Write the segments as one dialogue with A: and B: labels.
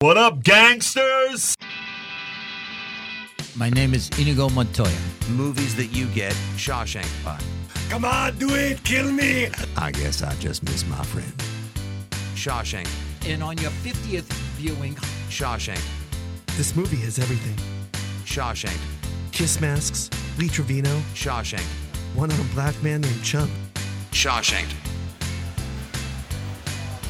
A: What up, gangsters?
B: My name is Inigo Montoya.
C: movies that you get Shawshank by.
A: Come on, do it, kill me.
C: I guess I just miss my friend. Shawshank,
B: And on your 50th viewing,
C: Shawshank,
D: This movie is everything.
C: Shawshank,
D: Kiss masks, Lee Trevino,
C: Shawshank,
D: one on a black man named Chump.
C: Shawshank.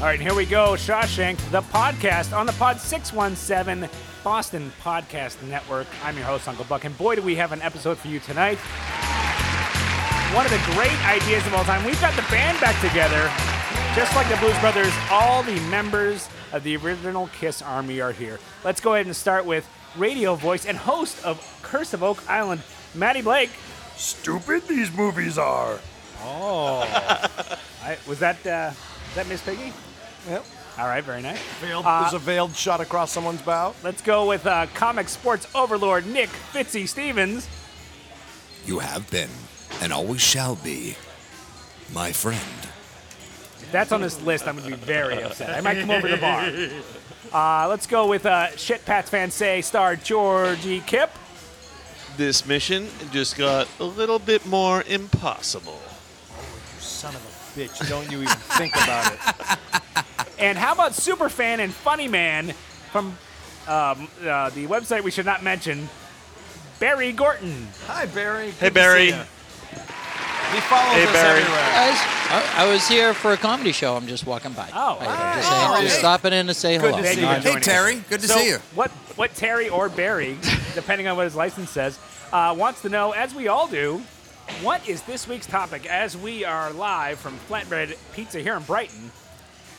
E: All right, here we go. Shawshank, the podcast on the Pod 617 Boston Podcast Network. I'm your host, Uncle Buck, and boy, do we have an episode for you tonight. One of the great ideas of all time. We've got the band back together. Just like the Blues Brothers, all the members of the original Kiss Army are here. Let's go ahead and start with radio voice and host of Curse of Oak Island, Maddie Blake.
A: Stupid these movies are.
E: Oh. I, was that, uh, was that Miss Piggy? Yep. All right, very nice.
F: Veiled, was a veiled shot across someone's bow.
E: Let's go with uh, comic sports overlord Nick Fitzy Stevens.
C: You have been, and always shall be, my friend.
E: If that's on this list, I'm going to be very upset. I might come over to the bar. Uh, let's go with uh, Shit Pats Fan Say star Georgie Kip.
G: this mission just got a little bit more impossible.
F: Son of a bitch, don't you even think about it.
E: And how about Superfan and Funny Man from um, uh, the website we should not mention, Barry Gorton.
F: Hi, Barry. Good
G: Hey,
F: to
G: Barry.
F: see ya. He follows
G: Hey,
F: us
G: Barry.
F: everywhere.
B: guys, I, I was here for a comedy show. I'm just walking by.
E: Oh,
B: I-
E: hi.
B: just, saying,
F: Oh,
B: just
F: hey.
B: stopping in to say
F: Good
B: hello.
F: to see you.
E: Hey,
F: Joining us.
C: good to
E: so What, what Terry or Barry, depending on what his license says, uh, wants to know, as we all do, what is this week's topic as we are live from Flatbread Pizza here in Brighton?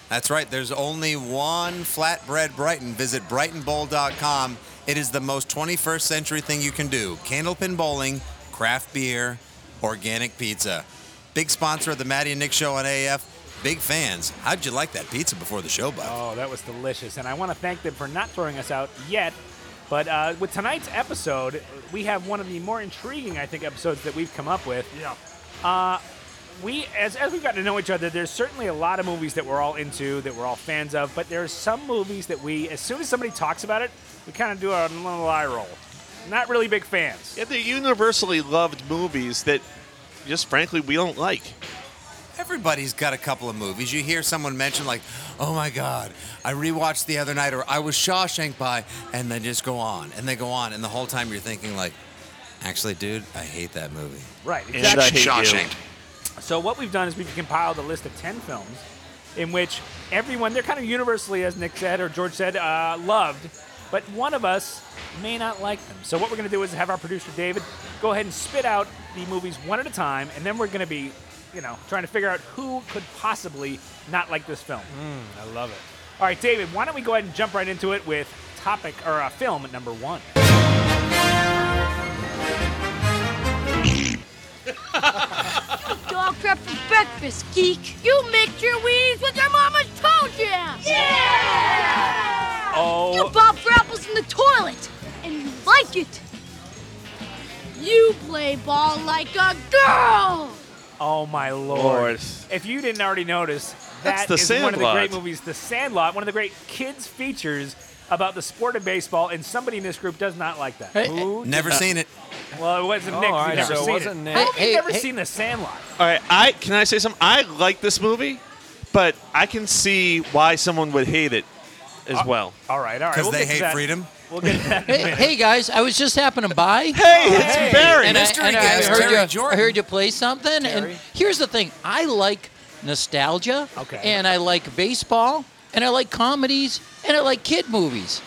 C: That's right, there's only one flatbread Brighton. Visit brightonbowl.com. It is the most 21st century thing you can do candlepin bowling, craft beer, organic pizza. Big sponsor of the Maddie and Nick show on AF. Big fans. How'd you like that pizza before the show, Buck?
E: Oh, that was delicious. And I want to thank them for not throwing us out yet. But uh, with tonight's episode, we have one of the more intriguing, I think, episodes that we've come up with. Uh,
A: Yeah.
E: we as, as we've gotten to know each other there's certainly a lot of movies that we're all into that we're all fans of but there's some movies that we as soon as somebody talks about it we kind of do a little eye roll not really big fans
G: Yeah, they're universally loved movies that just frankly we don't like.
C: Everybody's got a couple of movies. You hear someone mention like, "Oh my God, I rewatched the other night," or "I was Shawshank by," and they just go on and they go on, and the whole time you're thinking like, "Actually, dude, I hate that movie."
E: right
G: And I hate you.
E: so what we've done is we've compiled a list of 10 films in which everyone they're kind of universally as nick said or george said uh, loved but one of us may not like them so what we're going to do is have our producer david go ahead and spit out the movies one at a time and then we're going to be you know trying to figure out who could possibly not like this film Mm, i love it all right david why don't we go ahead and jump right into it with topic or uh, film number one
H: dog prep for breakfast, geek. You mix your weeds with your mama's toe jam. Yeah!
E: Oh.
H: You bob for apples in the toilet, and you like it. You play ball like a girl.
E: Oh my lord!
G: Lord.
E: If you didn't already notice,
G: That's
E: that
G: The
E: is one of the great
G: Sandlot.
E: movies, The Sandlot, one of the great kids features about the sport of baseball, and somebody in this group does not like that.
B: Hey,
C: Never seen it.
E: Well, it wasn't Nick. 'cause
F: all
E: he'd
F: right,
E: never
F: so it
E: seen
F: wasn't Nick.
E: How have you
B: Hey,
E: never
B: hey,
E: seen The Sandlot?
G: All right, I can I say something? I like this movie, but I can see why someone would hate it as well.
E: All right, all right.
C: 'Cause
E: we'll
C: they
E: get to
C: hate
E: that.
C: freedom?
E: We'll get to that. in a
B: hey,
E: minute.
B: hey, guys, I was just happening by.
G: Oh, Hey, it's
E: hey.
G: Barry.
B: And, I,
C: mystery
B: and I
C: guest,
B: heard
C: Terry
B: you,
C: Jordan.
B: I heard you play something. And here's the thing I like nostalgia.
E: Okay.
B: And I like baseball. And I like comedies. And I like kid movies.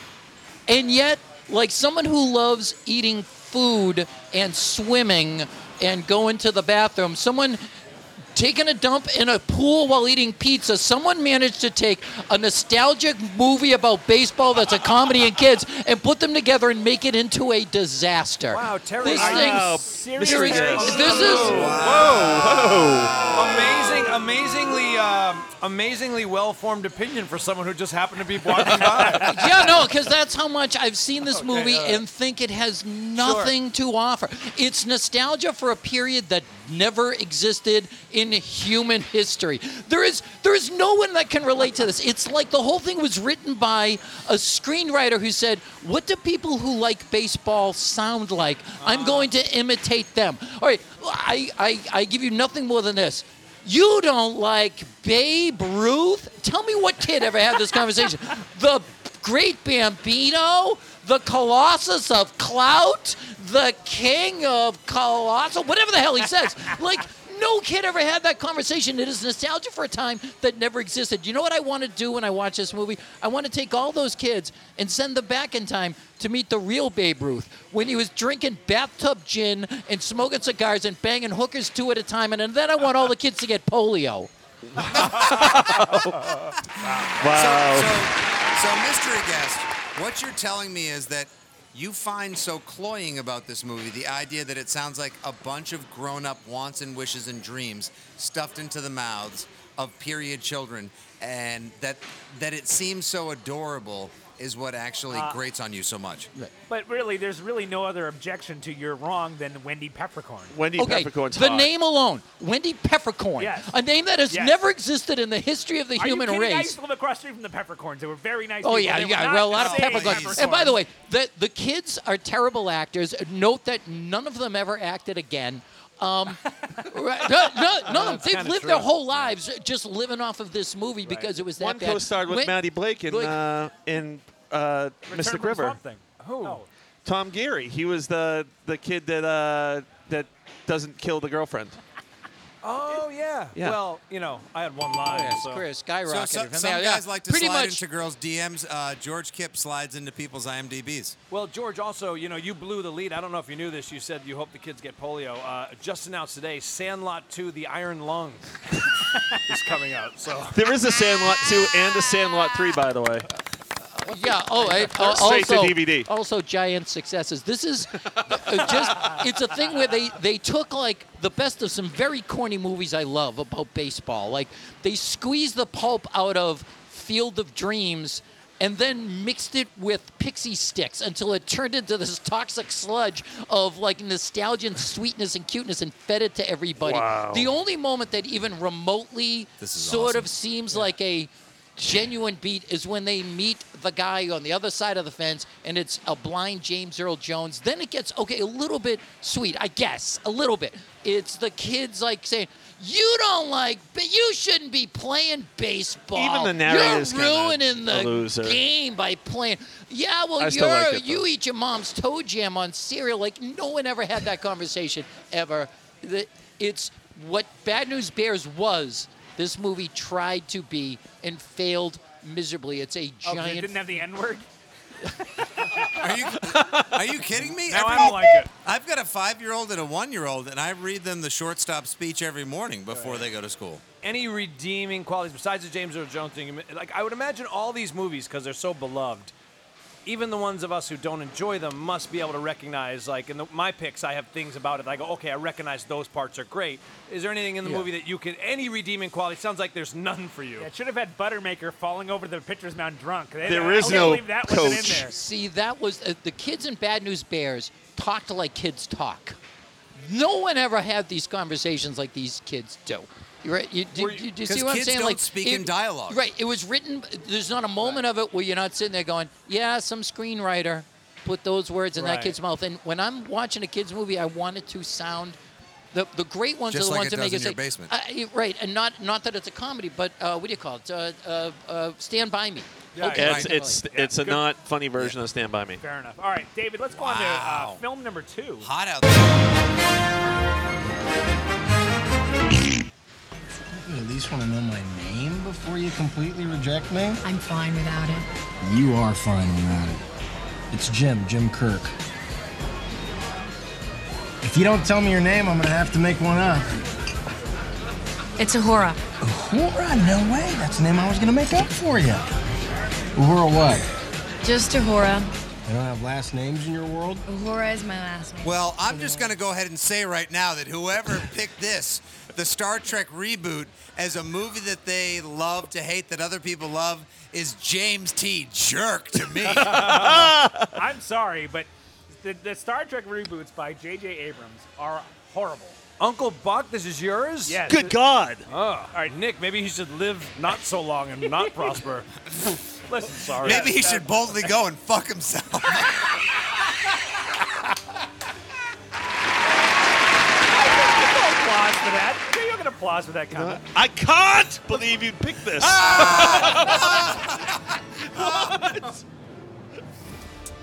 B: And yet, like someone who loves eating food and swimming and going to the bathroom, someone taking a dump in a pool while eating pizza, someone managed to take a nostalgic movie about baseball that's a comedy and kids and put them together and make it into a disaster.
F: Wow, Terry,
B: This
F: are you
B: thing-
E: serious?
B: Terry,
G: Yes.
B: this is
F: Amazing, uh, amazingly, um, amazingly well-formed opinion for someone who just happened to be walking by.
B: yeah no No, because that's how much I've seen this movie
F: all right.
B: and think it has nothing to offer. It's nostalgia for a period that never existed in human history. There is there is no one that can relate to this. It's like the whole thing was written by a screenwriter who said, "What do people who like baseball sound like? I'm going to imitate them." All right, I I, I give you nothing more than this. You don't like Babe Ruth? Tell me what kid ever had this conversation. The great Bambino, the Colossus of Clout, the King of Colossal, whatever the hell he says. Like, no kid ever had that conversation. It is nostalgia for a time that never existed. You know what I want to do when I watch this movie? I want to take all those kids and send them back in time to meet the real Babe Ruth when he was drinking bathtub gin and smoking cigars and banging hookers two at a time. And then I want all the kids to get polio.
C: So,
G: Wow.
C: so, so, mystery guest, what you're telling me is that you find so cloying about this movie the idea that it sounds like a bunch of grown-up wants and wishes and dreams stuffed into the mouths of period children, and that that it seems so adorable is what actually
B: Uh,
C: grates on you so much.
E: But really, there's really no other objection to you're wrong than Wendy Peppercorn.
G: Wendy
B: Okay,
G: Peppercorn's
B: the
G: hot.
B: name alone, Wendy Peppercorn,
E: Yes.
B: a name that has
E: Yes.
B: never existed in the history of the
E: Are
B: human
E: you kidding? I used
B: race.
E: to live across the street from the Peppercorns. They were very nice.
B: Oh
E: people.
B: yeah,
E: They were
B: yeah.
E: not
B: Well, a lot
E: the
B: of
E: same
B: peppercorns. And by the way, the the kids are terrible actors. Note that none of them ever acted again. Um, right, no, no, none of them. They've
E: kinda
B: lived
E: true.
B: their whole lives just living off of this movie because it was that
G: One
B: bad.
G: co-starred with
B: When-
G: Maddie Blake in
B: Blake-
G: uh, in uh,
E: Return
G: Mystic
E: from
G: River.
E: Swamp Thing. Who? Oh.
G: Tom Geary. He was the the kid that uh, that doesn't kill the girlfriend.
F: Oh yeah.
G: Yeah.
F: Well, you know, I had one line.
B: Yes,
F: so.
B: Chris,
C: So,
B: skyrocketed.
C: so-
B: from
C: some
B: there, yeah.
C: guys like to
B: Pretty
C: slide
B: much,
C: into girls' DMs. Uh, George Kip slides into people's IMDb's.
F: Well, George, also, you know, you blew the lead. I don't know if you knew this. You said you hope the kids get polio. Uh, just announced today, Sandlot 2, The Iron Lung is coming out. So
G: There is a Sandlot 2 and a Sandlot 3, by the way.
B: Yeah. Oh, I, uh,
G: Straight to
B: also,
G: DVD.
B: Also, giant successes. This is uh, just—it's a thing where they they took like the best of some very corny movies I love about baseball. Like they squeezed the pulp out of Field of Dreams. And then mixed it with pixie sticks until it turned into this toxic sludge of like nostalgia and sweetness and cuteness and fed it to everybody. The only moment that even remotely
C: This is
B: sort
C: awesome.
B: of seems like a genuine beat is when they meet the guy on the other side of the fence and it's a blind James Earl Jones. Then it gets okay, a little bit sweet, I guess, a little bit. It's the kids like saying, "You don't like, but you shouldn't be playing baseball.
G: Even the narrator's
B: You're
G: kinda
B: ruining
G: a
B: the
G: loser."
B: game by playing." Yeah, well,
G: I
B: you're
G: still like it, though.
B: you eat your mom's toe jam on cereal. Like no one ever had that conversation ever. The- It's what Bad News Bears was. This movie tried to be and failed miserably. It's a
E: Oh, 'cause it
B: giant.
E: didn't have the N word.
C: Are you are you kidding me?
E: Now I
C: Every-
E: don't like it.
C: I've got a five-year-old and a one-year-old, and I read them the shortstop speech every morning before they go to school.
F: any redeeming qualities besides the James Earl Jones thing? Like I would imagine all these movies because they're so beloved. Even the ones of us who don't enjoy them must be able to recognize. Like in the, my picks, I have things about it. that I go, okay, I recognize those parts are great. Is there anything in the
B: Yeah.
F: movie that you can? Any redeeming quality? Sounds like there's none for you.
E: Yeah, it should have had Buttermaker falling over the pitcher's mound drunk. They-
G: There
E: I
G: is
E: can't
G: no
E: believe that wasn't in
G: coach.
E: there.
B: See, that was uh, the kids in Bad News Bears talked like kids talk. No one ever had these conversations like these kids do. You Right? You, do,
C: Were
B: do-
C: you-
B: do you
C: 'cause
B: see what I'm
C: kids
B: saying?
C: don't
B: like
C: speak in dialogue.
B: Right. It was written. There's not a moment of it where you're not sitting there going, "Yeah, some screenwriter put those words in that
F: Right.
B: kid's mouth." And when I'm watching a kids movie, I want it to sound. The, the great ones
C: Just
B: are the
C: like
B: ones
C: it
B: that make
C: does
B: it
C: in your
B: say,
C: basement.
B: I- I- right, and not not that it's a comedy, but uh, what do you call it? Uh, uh, uh, Stand by me.
G: Yeah, it's
C: right.
G: it's, it's a not funny version of Stand By Me.
E: Fair enough. All right, David, let's go on to uh,
C: Wow.
E: film number two.
C: Hot out there.
I: You at least want to know my name before you completely reject me?
J: I'm fine without it.
I: You are fine without it. It's Jim, Jim Kirk. If you don't tell me your name, I'm gonna have to make one up.
J: It's a horror.
I: Uhura? No way. That's the name I was gonna make up for you. Uhura what?
J: Just a horror.
I: They don't have last names in your world?
J: Uhura is my last name.
C: Well, I'm just going to go ahead and say right now that whoever picked this, the Star Trek reboot, as a movie that they love to hate that other people love, is James T. Jerk to me.
E: I'm sorry, but the, the Star Trek reboots by J.J. Abrams are horrible.
F: Uncle Buck, this is yours?
E: Yes.
G: Good God.
F: Oh. All right, Nick, maybe he should live not so long and not prosper.
E: Listen, sorry.
C: Maybe he should boldly go and fuck himself.
E: applause for that. You're not going to applause for that comment.
G: I can't believe you picked this.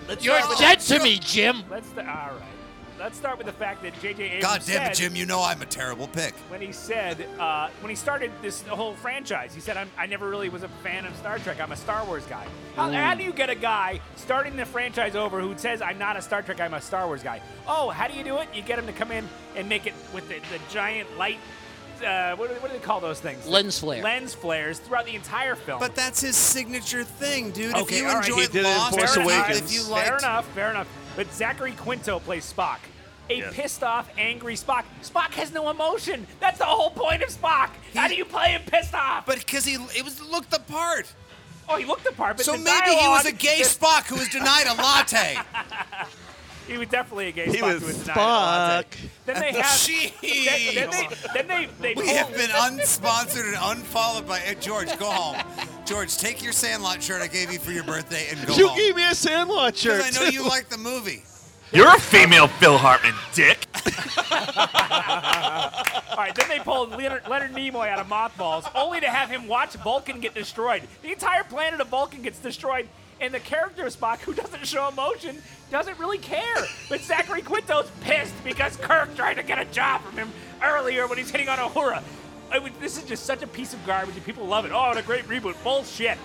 E: Let's
B: You're
E: start with-
B: dead to me, Jim.
E: Let's st- all right. Let's start with the fact that J.J. Abrams
C: God damn
E: said
C: it, Jim, you know I'm a terrible pick.
E: when he said uh, when he started this whole franchise, he said, I'm, "I never really was a fan of Star Trek. I'm a Star Wars guy." How,
B: Mm.
E: how do you get a guy starting the franchise over who says, "I'm not a Star Trek. I'm a Star Wars guy"? Oh, how do you do it? You get him to come in and make it with the, the giant light. Uh, what, do they, what do they call those things?
B: Lens flare.
E: Lens flares throughout the entire film.
C: But that's his signature thing, dude.
E: Okay,
C: if you
E: all right,
C: enjoy
E: he
C: enjoyed
G: did it in
C: Lost,
G: Force
C: if you-
G: Awakens.
C: if you
E: fair
C: liked
E: enough, fair enough. But Zachary Quinto plays Spock. A
G: Yes.
E: pissed off, angry Spock. Spock has no emotion. That's the whole point of Spock. How
C: He-
E: do you play him pissed off?
C: But because he it was looked the part.
E: oh, he looked the part, but
C: So
E: the
C: maybe he was a
E: dialogue-
C: gay Spock who was denied a latte.
E: He was definitely a gay
G: He
E: Spock.
G: was
E: who was denied a latte.
G: Spock.
E: Then they have.
C: Jeez.
E: Then, then they. Then they. they
C: We
E: pull-
C: have been unsponsored and unfollowed by eh, George. Go home, George. Take your Sandlot shirt I gave you for your birthday and go
G: You
C: home.
G: gave me a Sandlot shirt.
C: Because I know
G: too.
C: you like the movie.
A: You're a female Phil Hartman, dick.
E: All right. Then they pulled Leonard, Leonard Nimoy out of mothballs, only to have him watch Vulcan get destroyed. The entire planet of Vulcan gets destroyed, and the character of Spock, who doesn't show emotion, doesn't really care. But Zachary Quinto's pissed because Kirk tried to get a job from him earlier when he's hitting on Uhura. I mean, this is just such a piece of garbage, and people love it. Oh, what a great reboot! Bullshit.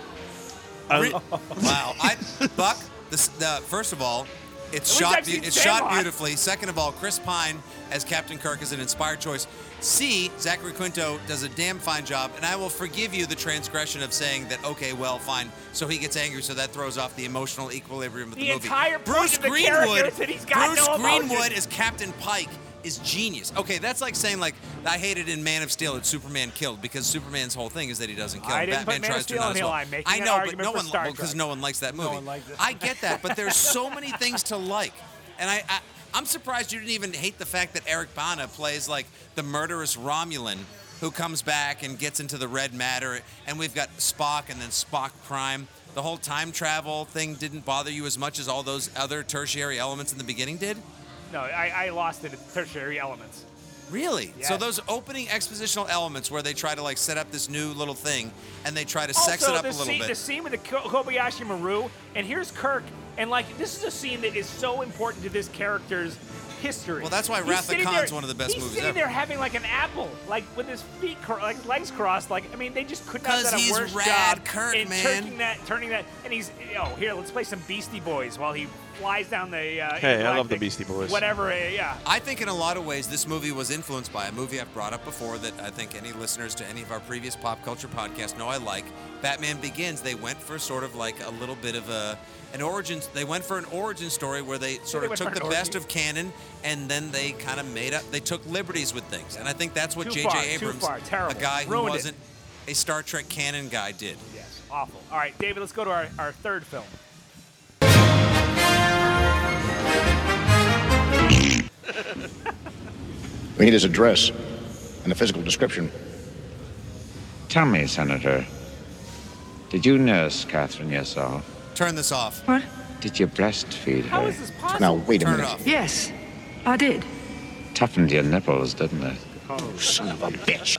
G: I-
C: Wow. I, Buck, this, the, first of all, it's
E: At least
C: shot
E: I've
C: be-
E: seen
C: it's shot
E: Sandlot.
C: beautifully. Second of all, Chris Pine as Captain Kirk is an inspired choice. C, Zachary Quinto does a damn fine job, and I will forgive you the transgression of saying that, okay, well, fine. So he gets angry, so that throws off the emotional equilibrium of the,
E: The
C: movie.
E: entire point
C: Bruce
E: of the character
C: Greenwood,
E: is that he's got
C: Bruce
E: no emotion.
C: Greenwood as Captain Pike is genius. Okay, that's like saying like I hated in Man of Steel that Superman killed because Superman's whole thing is that he doesn't kill.
E: I didn't
C: Batman
E: put Man of
C: tries
E: Steel
C: to
E: on
C: not as
E: the
C: well.
E: line, making
C: I
E: an
C: know, but
E: argument
C: no
E: for
C: one
E: Star
C: because
E: Trek.
C: no one likes that movie.
F: one liked it.
C: I get that, but there's so many things to like, and I, I I'm surprised you didn't even hate the fact that Eric Bana plays like the murderous Romulan who comes back and gets into the red matter, and we've got Spock and then Spock Prime. The whole time travel thing didn't bother you as much as all those other tertiary elements in the beginning did.
E: No, I, I lost it at tertiary elements.
C: Really?
E: Yeah.
C: So those opening expositional elements where they try to like set up this new little thing and they try to sex
E: also,
C: it up a
E: the
C: little
E: scene,
C: bit.
E: The scene with the Ko- Kobayashi Maru, and here's Kirk, and like this is a scene that is so important to this character's history.
C: Well, that's why
E: He's
C: Wrath of
E: sitting
C: Khan's
E: there-
C: one of the best
E: he's
C: movies
E: sitting
C: ever.
E: there having like an apple, like with his feet, cro- like his legs crossed. Like I mean, they just could not have
C: 'Cause
E: done a
C: he's
E: worse
C: rad
E: job
C: Kirk,
E: in
C: man.
E: turning that, turning that, and he's oh here, let's play some Beastie Boys while he flies down the. Uh,
G: Hey, I love the
E: intergalactic-
G: Beastie Boys.
E: Whatever, uh, yeah.
C: I think in a lot of ways this movie was influenced by a movie I've brought up before that I think any listeners to any of our previous pop culture podcasts know I like. Batman Begins. They went for sort of like a little bit of a an origin. They went for an origin story where they sort
E: they
C: of
E: went
C: took
E: for
C: the
E: an
C: best
E: origin.
C: of canon and then they kind of made up. They took liberties with things, and I think that's what J.J.
E: Too far, too
C: Abrams,
E: far,
C: a
E: terrible.
C: guy who
E: Ruined it.
C: wasn't a Star Trek canon guy, did.
E: Yes, awful. All right, David, let's go to our, our third film.
K: We need his address and a physical description.
I: Tell me, Senator, did you nurse Catherine yourself?
C: Turn this off.
J: What?
I: Did you breastfeed her?
E: How is this possible?
K: Now, wait a
C: Turn it
K: minute.
C: off.
J: Yes, I did.
I: Toughened your nipples, didn't it?
K: Son of a bitch.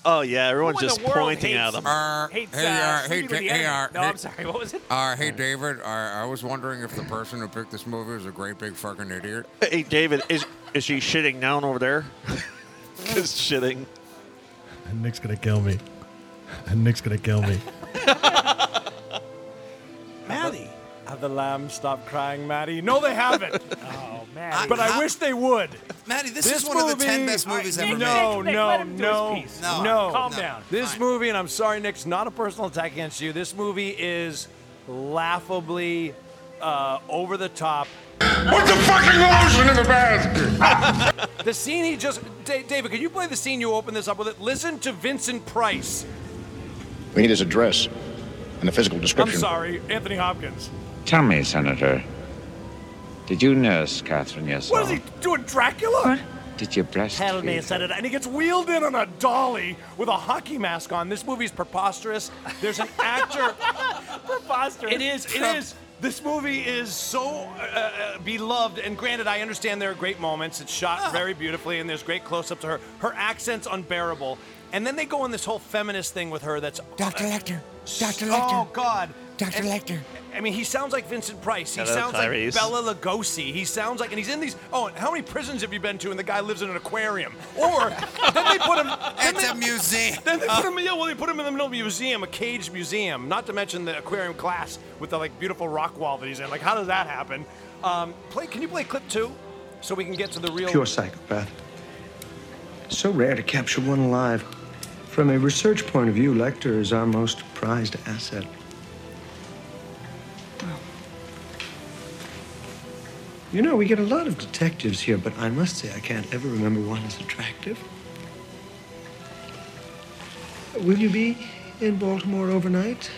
G: oh, yeah.
E: Who
G: Everyone's
E: in the
G: just
E: world
G: pointing
E: hates-
G: at them.
C: Arr,
E: Hey,
C: hey,
E: uh,
C: arr, hey,
E: Sleeping with
C: hey,
E: the Enemy.
C: arr,
E: No,
C: hey.
E: I'm sorry. What was it?
K: Uh, hey, David, I, I was wondering if the person who picked this movie was a great big fucking idiot.
G: Hey, David, is is she shitting down over there? Just shitting.
D: Nick's gonna kill me. Nick's gonna kill me.
F: Maddie. Have the lambs stopped crying, Maddie? No, they haven't.
E: Oh man.
F: but I wish they would.
C: Maddie, this,
F: This
C: is one of the 10
F: movie-
C: best movies
E: Nick,
C: ever
E: Nick,
F: No,
E: Nick, Nick,
F: no,
E: let him do his
F: no,
E: piece.
C: no,
F: no.
E: Calm
C: no.
E: down.
F: This
C: Fine.
F: movie, and I'm sorry, Nick's not a personal attack against you. This movie is laughably uh, over the top.
K: Put the fucking lotion in the basket.
F: the scene he just. Da- David, can you play the scene you open this up with? It. Listen to Vincent Price.
L: We need his address and a physical
E: I'm
L: description.
E: sorry, Anthony Hopkins.
I: Tell me, Senator, did you nurse Catherine yourself?
E: What is he doing, Dracula?
I: Did you breastfeed?
F: Tell me, Senator. And he gets wheeled in on a dolly with a hockey mask on. This movie's preposterous. There's an actor.
E: preposterous.
F: It is. It is. This movie is so uh, uh, beloved, and granted, I understand there are great moments. It's
C: Ah.
F: shot very beautifully, and there's great close-ups of her. Her accent's unbearable, and then they go on this whole feminist thing with her. That's uh,
C: Dr. Lecter. Dr.
F: Oh
C: Lecter.
F: God,
C: Dr.
F: And-
C: Lecter.
F: I mean, he sounds like Vincent Price. He
G: Hello,
F: sounds
G: Clarice.
F: like Bella Lugosi. He sounds like, and he's in these. Oh, and how many prisons have you been to? And the guy lives in an aquarium. Or then they put him. Then
C: It's a museum.
F: then they put him. Yeah, well, they put him in the middle of a museum, a caged museum. Not to mention the aquarium glass with the like beautiful rock wall that he's in. Like, how does that happen? Um, play. Can you play clip two, so we can get to the real?
M: Pure psychopath. So rare to capture one alive. From a research point of view, Lecter is our most prized asset. You know, we get a lot of detectives here, but I must say I can't ever remember one as attractive. Will you be in Baltimore overnight?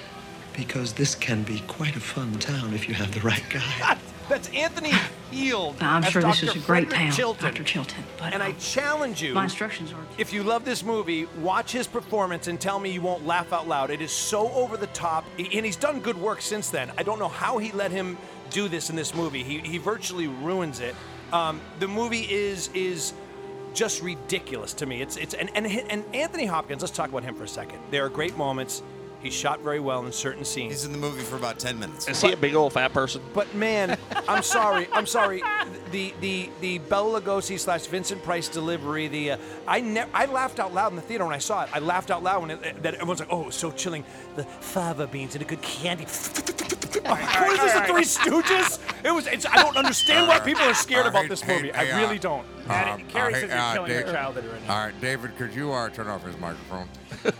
M: Because this can be quite a fun town if you have the right guy.
F: That's Anthony Heald.
J: I'm
F: as
J: sure this
F: Dr.
J: is a great
F: Frederick
J: town,
F: Chilton.
J: Dr. Chilton. But um,
F: and I challenge you.
J: my instructions are
F: If you love this movie, watch his performance and tell me you won't laugh out loud. It is so over the top, and he's done good work since then. I don't know how he let him do this in this movie. He, he virtually ruins it. Um, the movie is is just ridiculous to me. It's it's and, and and Anthony Hopkins. Let's talk about him for a second. There are great moments. He's shot very well in certain scenes. He's
C: in the movie for about ten minutes.
F: Is
G: he a big old fat person?
F: But man, I'm sorry. I'm sorry. The the the Bela Lugosi slash Vincent Price delivery. The uh, I ne- I laughed out loud in the theater when I saw it. I laughed out loud when it, that everyone's like, "Oh, it was so chilling." The fava beans and a good candy. what is this? The Three Stooges? It was. It's, I don't understand why people are scared about this movie. I really don't.
K: Uh,
E: Carrie
K: I
E: says
K: hate-
E: you're
K: uh,
E: killing your
K: Dave-
E: childhood right now.
K: All right, David, could you uh, turn off his microphone?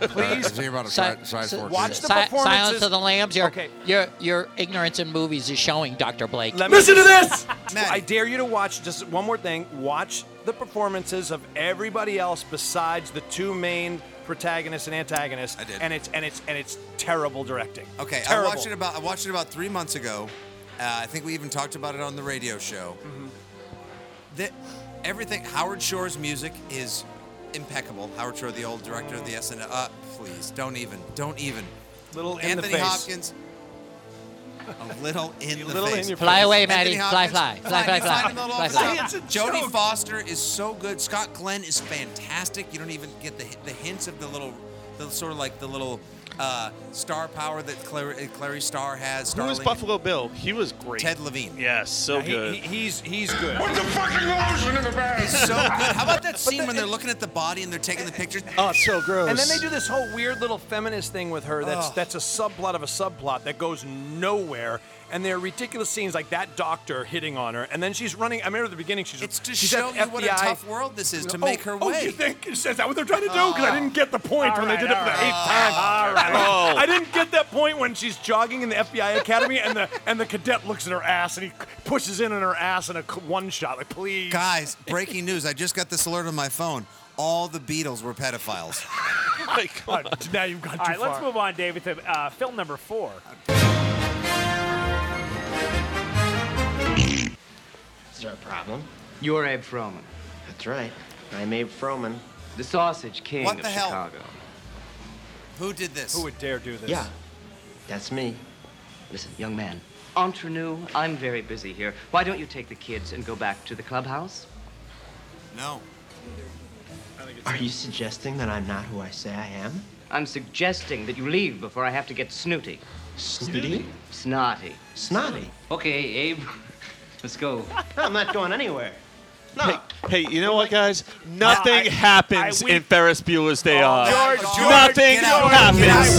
F: Please.
K: Uh, is he about a
B: Si-
K: size, size
B: si-
K: 14?
B: si- Silence of the Lambs. Your, your your ignorance in movies is showing, Dr. Blake.
F: Let me- I dare you to watch just one more thing. Watch the performances of everybody else besides the two main protagonists and antagonists. I did. And it's and it's and it's terrible directing.
C: Okay,
F: terrible.
C: I watched it about I watched it about three months ago. Uh, I think we even talked about it on the radio show.
F: Mm-hmm.
C: That everything Howard Shore's music is impeccable. Howard Shore, the old director of the SNL. Uh, please don't even, don't even.
F: Little in the
C: Anthony
F: face.
C: Hopkins. A little in the
F: Little in
C: face.
F: your Fly face. away,
B: Maddie.
C: Anthony
B: Fly,
C: Hopkins,
B: fly. Fly,
C: fine,
B: fly,
C: you
B: fly.
C: find him all
B: Fly,
C: over
B: fly.
C: the
B: It's a
C: top. Jodie
B: joke.
C: Foster is so good. Scott Glenn is fantastic. You don't even get the the hints of the little, the sort of like the little uh, star power that Clary, uh, Clary Starr has.
G: Who was
C: Starling.
G: Buffalo Bill? He was great.
C: Ted Levine.
G: Yes, so
C: Yeah, he-
G: good.
C: he-
F: he's he's good.
K: Put the fucking lotion in the
C: He's
K: basket.
C: so good. How about that scene when they're looking at the body and they're taking the pictures?
G: Oh, it's so gross.
F: And then they do this whole weird little feminist thing with her. That's
C: Ugh.
F: that's a subplot of a subplot that goes nowhere. And there are ridiculous scenes like that doctor hitting on her, and then she's running. I remember at the beginning she's it's
C: to
F: she's
C: show
F: at
C: you
F: FBI.
C: what a tough world this is to
F: Oh,
C: make her
F: oh,
C: way.
F: you think is that what they're trying to do? Because I didn't get the point
E: All
F: when
E: right,
F: they did it for the
E: all
F: eighth time.
E: right. All right.
G: Oh.
F: I didn't get that point when she's jogging in the FBI academy, and the and the cadet looks at her ass, and he pushes in on her ass in a one shot. Like please,
C: Guys, breaking news. I just got this alert on my phone. All the Beatles were pedophiles.
F: now you've gone
E: All right,
C: too
E: let's
C: far.
E: move on, David, to uh, film number four.
I: Is there a problem? You're Abe Froman. That's right. I'm Abe Froman, the sausage king
C: What
I: of
C: the hell?
I: Chicago.
C: Who did this?
F: Who would dare do this?
I: Yeah, that's me. Listen, young man, entre nous, I'm very busy here. Why don't you take the kids and go back to the clubhouse?
C: No.
I: Are you suggesting that I'm not who I say I am? I'm suggesting that you leave before I have to get snooty.
N: Snooty?
I: Snotty. Snotty? Okay, Abe, let's go. I'm not going anywhere. No.
G: Hey, you know what, guys? Nothing
I: I-
G: happens
I: I weep.
G: in Ferris Bueller's Day Off.
I: George, George,
G: Uh, Nothing
I: get out.
G: happens.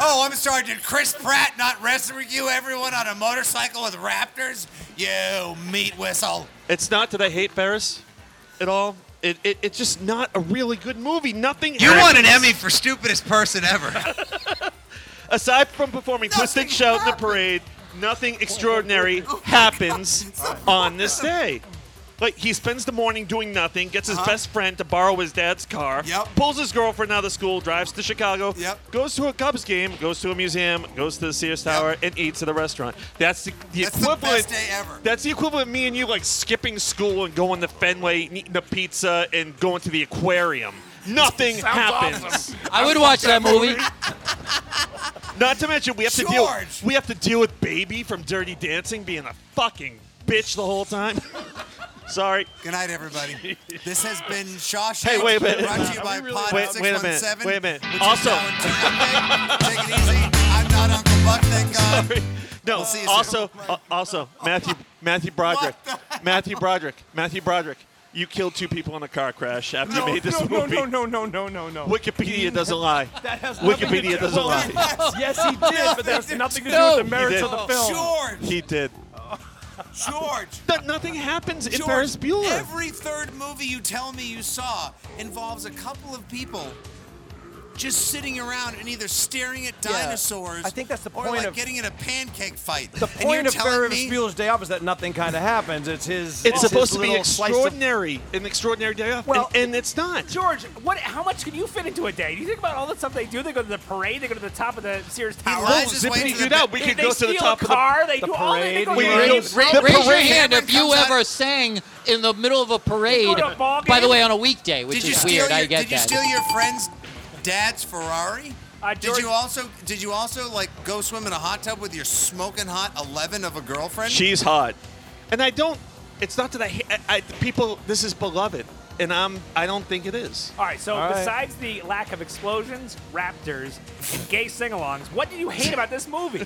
C: Oh, I'm sorry. Did Chris Pratt not rescue everyone on a motorcycle with raptors? You meat whistle.
G: It's not that I hate Ferris at all. It, it, it's just not a really good movie. Nothing.
C: You
G: happens.
C: won an Emmy for stupidest person ever.
G: aside from performing Twisted Shout in the parade, nothing extraordinary happens on this day. Like, he spends the morning doing nothing, gets his best friend to borrow his dad's car, pulls his girlfriend out of school, drives to Chicago, goes to a Cubs game, goes to a museum, goes to the Sears Tower, and eats at a restaurant. That's the, the equivalent. day ever. That's the equivalent of me and you, like, skipping school and going to Fenway and eating the pizza and going to the aquarium. Nothing
B: Sounds
G: happens.
B: awesome. I would watch that movie.
G: Not to mention we have to deal we have to deal with Baby from Dirty Dancing being a fucking bitch the whole time. Sorry.
C: Good night, everybody. This has been Shawshank.
G: Hey, wait a minute.
C: Brought to you by
G: Are we really-
C: Pod
G: Wait- wait a minute,
C: 617.
G: wait a minute.
C: which is
G: Also-
C: now in Tuesday. Take it easy. I'm not Uncle Buck, thank God.
G: No.
C: We'll see you soon.
G: also, uh, also Matthew Matthew Broderick, Matthew Broderick, Matthew Broderick. You killed two people in a car crash after
F: No,
G: you made this
F: no, no,
G: movie.
F: no, no, no, no, no, no.
G: Wikipedia doesn't lie.
F: That has nothing to
G: Wikipedia
F: do-
G: doesn't
F: Well,
G: lie.
F: yes, yes, he did, but there's nothing to do
G: No.
F: with the
G: He
F: merits
G: did.
F: of the film.
G: He did.
C: George.
G: That nothing happens in
C: George,
G: Ferris Bueller.
C: Every third movie you tell me you saw involves a couple of people just sitting around and either staring at
F: Yeah.
C: dinosaurs.
F: I think that's the
C: Or
F: point
C: like
F: of-
C: getting in a pancake fight.
F: The
C: and you're
F: point of
C: telling
F: Ferris
C: me
F: Bueller's Day Off is that nothing kind of happens. It's his.
G: It's
F: his
G: supposed to be
F: little slice of-
G: extraordinary, an extraordinary day off,
E: Well-
G: and, and it's not.
E: George, what? How much can you fit into a day? Do you think about all the stuff they do? They go to the parade. They go to the top of the Sears Tower.
G: lies his way to the- Dude, no, we
E: They-
G: could
E: they
G: go to the
E: steal
G: top
E: a
G: of the-
E: car. They
G: the
E: do all. They, they go
G: parade.
E: to
G: We
E: the-
G: could
B: Ra- raise your hand if you ever sang in the middle of a parade.
C: to a ball
B: By the
C: game?
B: way, on a weekday, which
C: did you
B: is
C: steal
B: weird.
C: Your,
B: I get
C: did
B: that.
C: you steal your friend's dad's Ferrari? did you also did you also like go swim in a hot tub with your smoking hot eleven of a girlfriend?
G: She's hot, and I don't. It's not that I, hate- I, I people. This is beloved, and I'm. I don't think it is.
E: All right. So
G: All right.
E: besides the lack of explosions, raptors, and gay sing-alongs, what do you hate about this movie?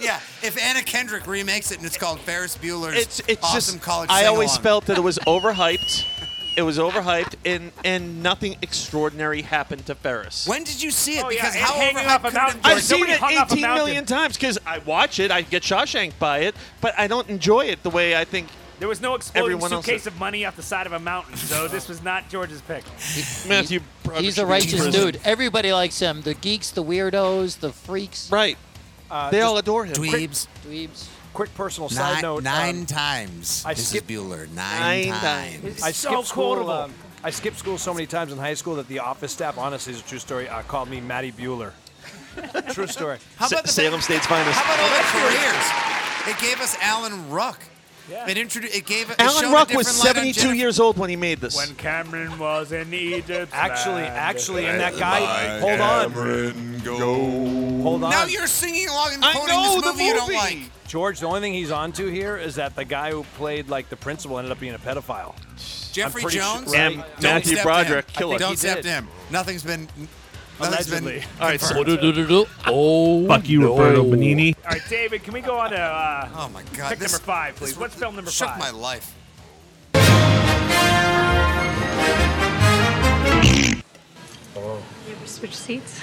C: Yeah. If Anna Kendrick remakes it and it's called Ferris Bueller's
G: It's it's
C: awesome
G: just.
C: college.
G: I always
C: Sing-Along.
G: felt that it was overhyped. It was overhyped, and and nothing extraordinary happened to Ferris.
C: When did you see it?
E: Oh, yeah,
C: because
E: and
C: how
E: hanging
C: overhyped
E: off a
C: could it
E: mountain.
C: have been?
G: I've seen it 18 million times because I watch it, I get Shawshank by it, but I don't enjoy it the way I think.
E: There was no exploding
G: everyone else
E: suitcase
G: does.
E: of money off the side of a mountain. So this was not George's pick.
G: Matthew. Broderick
B: He's a
G: should be in
B: righteous
G: prison.
B: dude. Everybody likes him. The geeks, the weirdos, the freaks.
G: Right.
C: Uh,
G: They all adore him.
C: Dweebs.
B: Dweebs.
F: Quick personal
C: Nine,
F: side note.
C: nine
F: um,
C: times.
F: I
C: this
F: skipped-
C: is Bueller. Nine, times.
F: I skipped school. um, I skipped school so many times in high school that the office staff, honestly, is a true story. Uh, called me Matty Bueller. true story.
C: How about the-
G: Salem State's finest.
C: How about all the careers? It gave us Alan Ruck. It introduced. It gave. It showed
G: Alan
C: a
G: Ruck was
C: different light on
G: 72
C: Jennifer-
G: years old when he made this.
E: When Cameron was in Egypt.
F: Actually, actually, and that
E: land.
F: guy. Hold on. Hold on.
C: Now you're singing along and quoting this movie, you don't like.
F: George, the only thing he's onto here is that the guy who played like the principal ended up being a pedophile.
C: Jeffrey
F: pretty
C: Jones
F: sure-
G: And Matthew
C: step to
G: Broderick,
C: him.
G: kill
C: I think
G: it.
C: Don't
G: He
C: step
G: did.
C: to him. Nothing's been. Nothing's been.
G: All right, so
C: confirmed.
B: Oh,
N: Fuck you, Roberto Benini.
E: All right, David, can we go on to uh,
C: oh my God,
E: pick
C: this-
E: number five, please?
C: this
E: What's film number
C: shook
E: five?
C: my life.
J: You ever switch seats?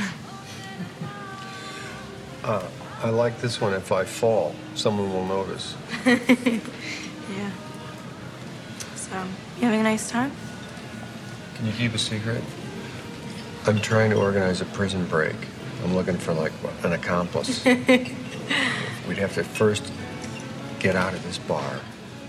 M: Uh, I like this one. If I fall, someone will notice.
J: yeah. So, you having a nice time?
M: Can you keep a secret? I'm trying to organize a prison break. I'm looking for like an accomplice. We'd have to first get out of this bar,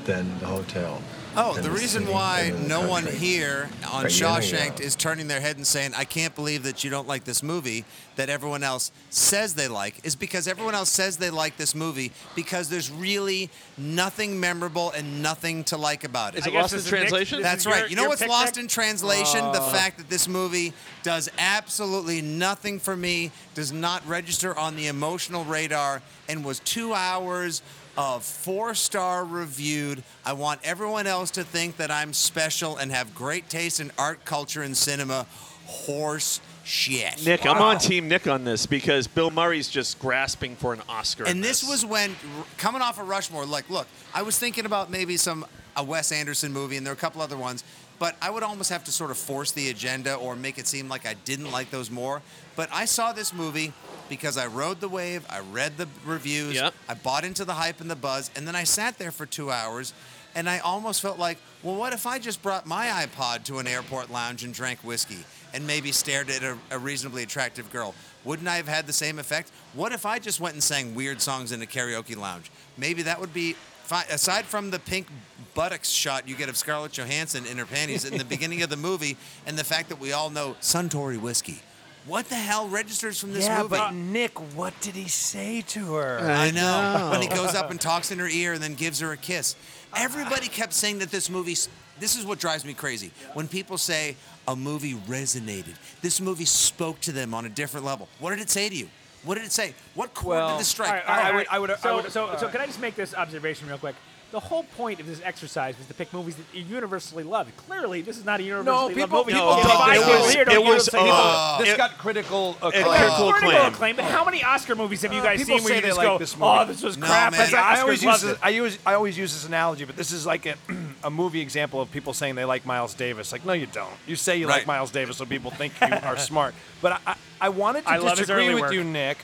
M: then the hotel.
C: Oh,
M: then
C: the reason
M: city,
C: why
M: and then the
C: no one
M: country.
C: here on
M: Are you hearing me
C: Shawshank
M: out?
C: is turning their head and saying, I can't believe that you don't like this movie that everyone else says they like is because everyone else says they like this movie because there's really nothing memorable and nothing to like about it.
G: Is it I guess lost this in is Nick's- translation? this
C: That's
G: is your-
C: right. You know
G: your
C: what's
G: pick,
C: lost
G: Nick?
C: in translation? the
G: Oh.
C: fact that this movie does absolutely nothing for me, does not register on the emotional radar, and was two hours of four star reviewed. I want everyone else to think that I'm special and have great taste in art, culture, and cinema. Horse shit.
G: Nick, I'm on Team Nick on this because Bill Murray's just grasping for an Oscar. in
C: And this was when coming off of Rushmore, like, look, I was thinking about maybe some a Wes Anderson movie, and there are a couple other ones, but I would almost have to sort of force the agenda or make it seem like I didn't like those more. But I saw this movie because I rode the wave, I read the reviews, I bought into the hype and the buzz, and then I sat there for two hours, and I almost felt like, well, what if I just brought my iPod to an airport lounge and drank whiskey? and maybe stared at a, a reasonably attractive girl, wouldn't I have had the same effect? What if I just went and sang weird songs in a karaoke lounge? Maybe that would be. Fi- aside from the pink buttocks shot you get of Scarlett Johansson in her panties in the beginning of the movie, and the fact that we all know Suntory whiskey, what the hell registers from this
F: yeah,
C: movie?
F: but Nick, what did he say to her?
C: I know. When he goes up and talks in her ear and then gives her a kiss. Everybody kept saying that this movie, this is what drives me crazy. When people say a movie resonated, this movie spoke to them on a different level. What did it say to you? What did it say? What chord did this strike?
E: All right, all right, all right. So, so,
C: all
E: so
C: right.
E: can I just make this observation real quick? The whole point of this exercise was to pick movies that you universally loved. Clearly, this is not a universally loved
F: people-
E: movie.
F: no,
E: People
F: people
E: don't
F: did.
E: buy
F: It was-
E: here, don't
F: it was,
E: universally love
F: uh,
E: it.
F: This it- got critical
E: It
F: acclaim.
E: got
F: Critical
E: critical
F: acclaim.
E: "Oh, acclaim. But how many Oscar movies have you
F: Uh,
E: guys
F: people
E: seen where
F: say
E: you
F: they
E: just
F: like
E: go,
F: this movie.
E: "Oh, this was crap"? but the
F: I
E: Oscars
F: always use
E: loved
F: this,
E: it.
F: I use I always use this analogy, but this is like a, a movie example of people saying they like Miles Davis. Like, no, you don't. You say you like
E: Right.
F: Miles Davis, so people think you are smart. But I, I, I wanted to
E: I love his
F: disagree
E: early
F: with
E: work.
F: you, Nick.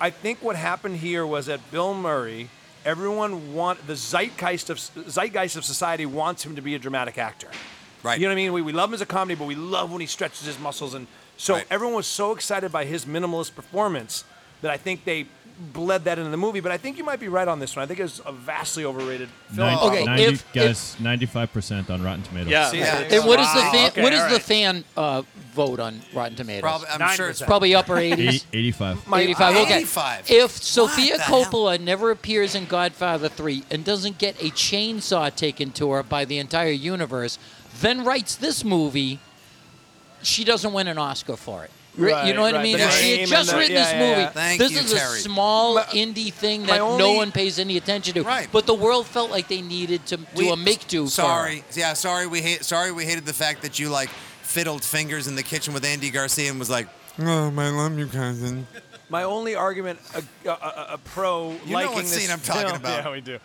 F: I think what happened here was that Bill Murray, everyone want the zeitgeist of zeitgeist of society wants him to be a dramatic actor. Right. You know what I mean? We, we love him as a comedy, but we love when he stretches his muscles. And so everyone was so excited by his minimalist performance that I think they bled that into the movie. But I think you might be right on this one. I think it was a vastly overrated film.
N: Ninety- 90 guys, 95% on Rotten Tomatoes.
F: See, there you
B: And
F: go.
B: what is the
F: Wow.
B: fan,
F: Okay,
B: what is
F: all
B: the
F: right.
B: fan uh, vote on Rotten Tomatoes?
F: Probably- I'm sure it's-
B: it's probably upper 80s.
N: Eight- 85.
B: My, 85. Okay.
C: 85.
B: If Sophia Coppola never appears in Godfather 3 and doesn't get a chainsaw taken to her by the entire universe, then writes this movie, she doesn't win an Oscar for it. Ri- you
F: Right,
B: know what I
F: right,
B: mean?
F: the
B: If she
F: name
B: had
F: and
B: just
F: the-
B: written
F: yeah,
B: this
F: yeah,
B: movie.
F: yeah. Thank
B: this
F: you,
B: is
F: Terry.
B: a small indie thing that no
C: only-
B: one pays any attention to. But the world felt like they needed to do
C: We-
B: a make do.
C: Sorry, yeah, sorry. We hate. Sorry, we hated the fact that you like fiddled fingers in the kitchen with Andy Garcia and was like, "Oh, my love you, cousin."
F: My only argument a, a, a, a uh, pro
C: You know
F: liking
C: what
F: this
C: scene I'm talking
F: film-
C: about.
F: Yeah, we do.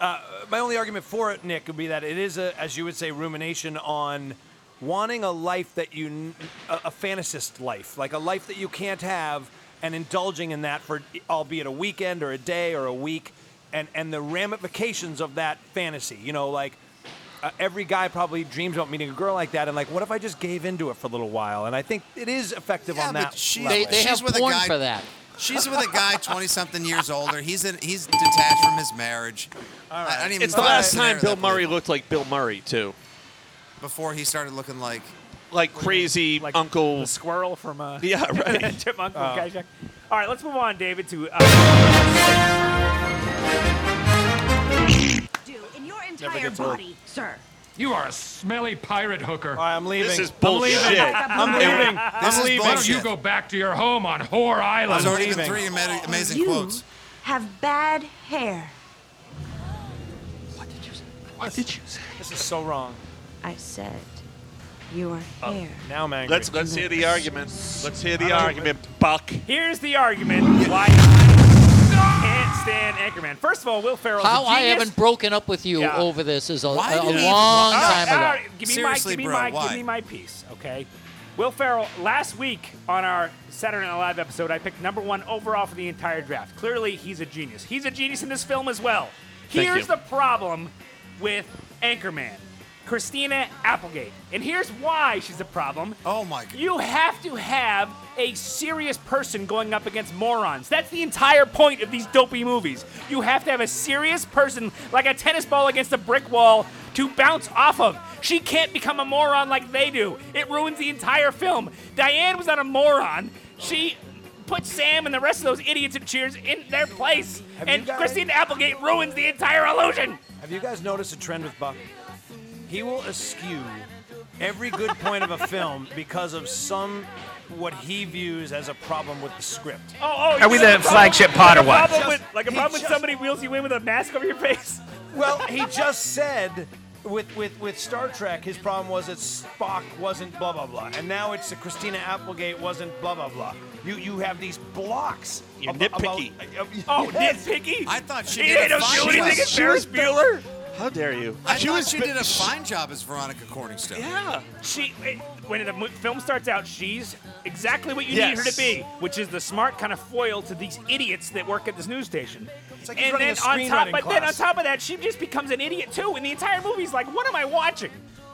F: Uh, my only argument for it, Nick, would be that it is a, as you would say, rumination on wanting a life that you, n- a, a fantasist life, like a life that you can't have, and indulging in that for, albeit a weekend or a day or a week, and and the ramifications of that fantasy. You know, like uh, every guy probably dreams about meeting a girl like that, and like, what if I just gave into it for a little while? And I think it is effective on that. level.
C: guy, She's with a guy twenty something years older. He's in, he's detached from his marriage. I- I don't even
G: It's the
C: know
G: last
C: that
G: time
C: scenario
G: Bill
C: that
G: Murray looked like Bill Murray too,
C: before he started looking like
G: like crazy
C: Like
G: Uncle.
E: The squirrel from uh,
G: Yeah, right.
E: Chipmunk
G: Oh.
E: from Caddyshack. All right, let's move on, David. To uh,
O: in your
E: Never
O: entire
E: gets old.
O: body, sir.
P: You are a smelly pirate hooker.
F: I'm leaving.
P: This is
F: bullshit.
P: I'm leaving.
F: I'm leaving. I'm This is leaving.
P: Why don't you
F: bullshit.
P: go back to your home on Whore Island?
F: There's already been I'm leaving. three
C: ama- amazing
O: you
C: quotes.
O: have bad hair.
F: What did you say? This is so wrong.
O: I said your
G: Oh,
O: hair.
F: Now I'm angry.
G: Let's let's hear the argument. Let's hear the argument, Buck.
E: here's the argument why I can't stand Anchorman. First of all, Will Ferrell's
B: How
E: a
B: I
E: genius.
B: haven't broken up with you over this is a, a,
E: Why
B: a
E: did he-
B: long
E: All
F: Ah,
E: right,
B: time
E: all
B: ago.
E: right, give me my, give me my, give me my piece, okay? Will Ferrell, last week on our Saturday Night Live episode, I picked number one overall for the entire draft. Clearly, he's a genius. He's a genius in this film as well.
P: Thank
E: Here's
P: you.
E: the problem with Anchorman. Christina Applegate. And here's why she's a problem.
C: Oh my god.
E: You have to have a serious person going up against morons. That's the entire point of these dopey movies. You have to have a serious person like a tennis ball against a brick wall to bounce off of. She can't become a moron like they do. It ruins the entire film. Diane was not a moron. She put Sam and the rest of those idiots and cheers in their place.
F: Have you
E: and
F: guys-
E: Christine Applegate ruins the entire illusion.
F: Have you guys noticed a trend with Buck? He will eschew every good point of a film because of some what he views as a problem with the script.
E: Oh, oh,
F: Are we
E: you know
F: the
E: problem-
F: flagship pod
E: like
F: or what?
E: A problem with, like a
F: He
E: problem when
F: just-
E: somebody wheels you in with a mask over your face.
F: Well, he just said with, with, with Star Trek, his problem was that Spock wasn't blah blah blah, and now it's that Christina Applegate wasn't blah blah blah. You you have these blocks.
G: You're
F: ab- about-
G: nitpicky.
F: uh,
E: Oh,
F: yes.
E: nitpicky? I
C: thought
E: she He did a didn't fine do anything job. as
F: She
E: Ferris
F: was the-
E: Bueller?
G: How dare you?
C: I
G: She
C: thought
G: was
C: she
G: ba-
C: did a fine job as Veronica Corningstone.
G: Yeah.
E: She, it, when the mo- film starts out, she's exactly what you need her to
G: Yes.
E: be, which is the smart kind of foil to these idiots that work at this news station.
F: like he's
E: and
F: running
E: then
F: a
E: on top,
F: screenwriting
E: but then on
F: class.
E: top of that, she just becomes an idiot too. And the entire movie's like, what am I watching?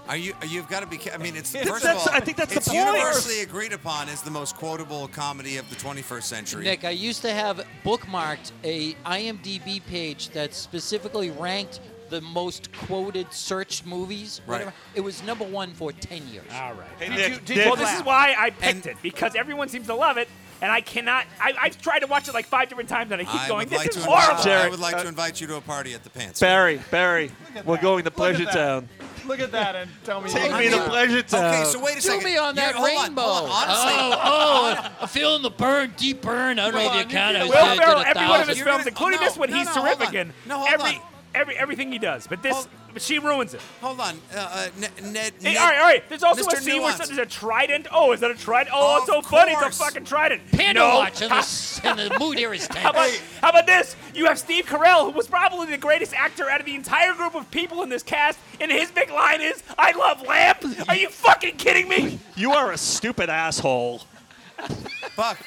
C: Are you? You've got to be. ki- I mean, it's
G: It's-
C: first
G: that's-
C: of all,
G: I think that's the
C: it's
G: point.
C: universally agreed upon as the most quotable comedy of the 21st century.
B: Nick, I used to have bookmarked a IMDb page that specifically ranked the most quoted searched movies.
C: Right.
B: Whatever. It was number one for ten years.
E: All right.
B: Hey,
E: Did
B: Nick,
E: you-
B: did
E: well,
B: you
E: this is
B: laugh?
E: why I picked it because everyone seems to love it, and I cannot. I, I've tried to watch it like five different times, and I keep
C: I
E: going.
C: would
E: This
C: like
E: is
C: to
E: horrible.
C: Invite, I
G: Jared,
C: would like
G: uh,
C: to invite you to a party at the Pants.
G: Barry, Barry, we're going to Pleasure
C: that.
G: Town.
Q: Look at that and tell me.
G: Take me to Pleasure Town.
C: Okay, so wait a
B: Do
C: second.
B: me on
C: You're-
B: that
C: hold on,
B: rainbow.
C: hold on, honestly.
B: oh, oh, I'm feeling the burn, deep burn. I don't know if you count. I
E: Will
B: was dead to
E: Ferrell,
B: the
E: every one of
B: thousand.
E: his films, including this one,
C: no,
E: he's
C: no, hold
E: terrific
C: on.
E: in.
C: No, hold
E: every,
C: on.
E: every everything he does, but this but she ruins it.
C: Hold on, uh, uh, Ned, Ned,
E: Hey, all right, all right. There's also
C: Mr.
E: a scene where
C: Nuance.
E: there's a trident. Oh, is that a trident? Oh, it's so funny. It's a fucking trident.
B: Panda
E: no.
B: watch and the, and the mood here is tense.
E: How about, how about this? You have Steve Carell, who was probably the greatest actor out of the entire group of people in this cast, and his big line is, "I love lamp." Are you fucking kidding me?
G: You are a stupid asshole.
C: Fuck.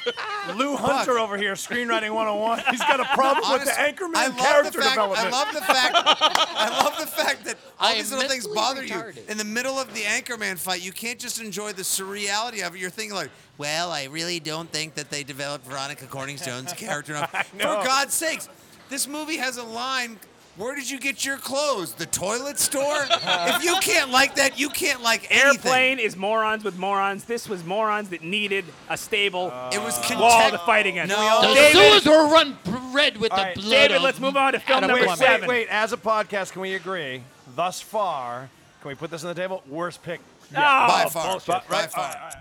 Q: Lou Hunter over here, screenwriting 101. He's got a problem with the
C: Honest-
Q: Anchorman
C: I love
Q: character
C: the fact,
Q: development.
C: I love the fact. I love the fact that all
B: I
C: these
B: am
C: little things
B: mentally
C: bother you.
B: retarded.
C: In the middle of the Anchorman fight, you can't just enjoy the surreality of it. You're thinking like, well, I really don't think that they developed Veronica Corningstone's character enough.
Q: I
C: For
Q: know.
C: God's sakes, this movie has a line. Where did you get your clothes? The toilet store? if you can't like that, you can't like anything.
E: Airplane is morons with morons. This was morons that needed a stable
C: it
Q: Uh,
C: was
E: wall
C: context-
E: to fight against.
Q: No.
B: The
E: David,
B: sewers were run red with
Q: All
B: the
Q: right,
B: blood.
E: David,
B: of
E: let's move on to film
B: Adam
E: number
B: Plummer.
Q: wait, wait, wait. As a podcast, can we agree? Thus far, can we put this on the table? Worst pick.
B: Ah.
E: No.
Q: yet.
E: By far.
Q: Oh, Bullshit. right? All right.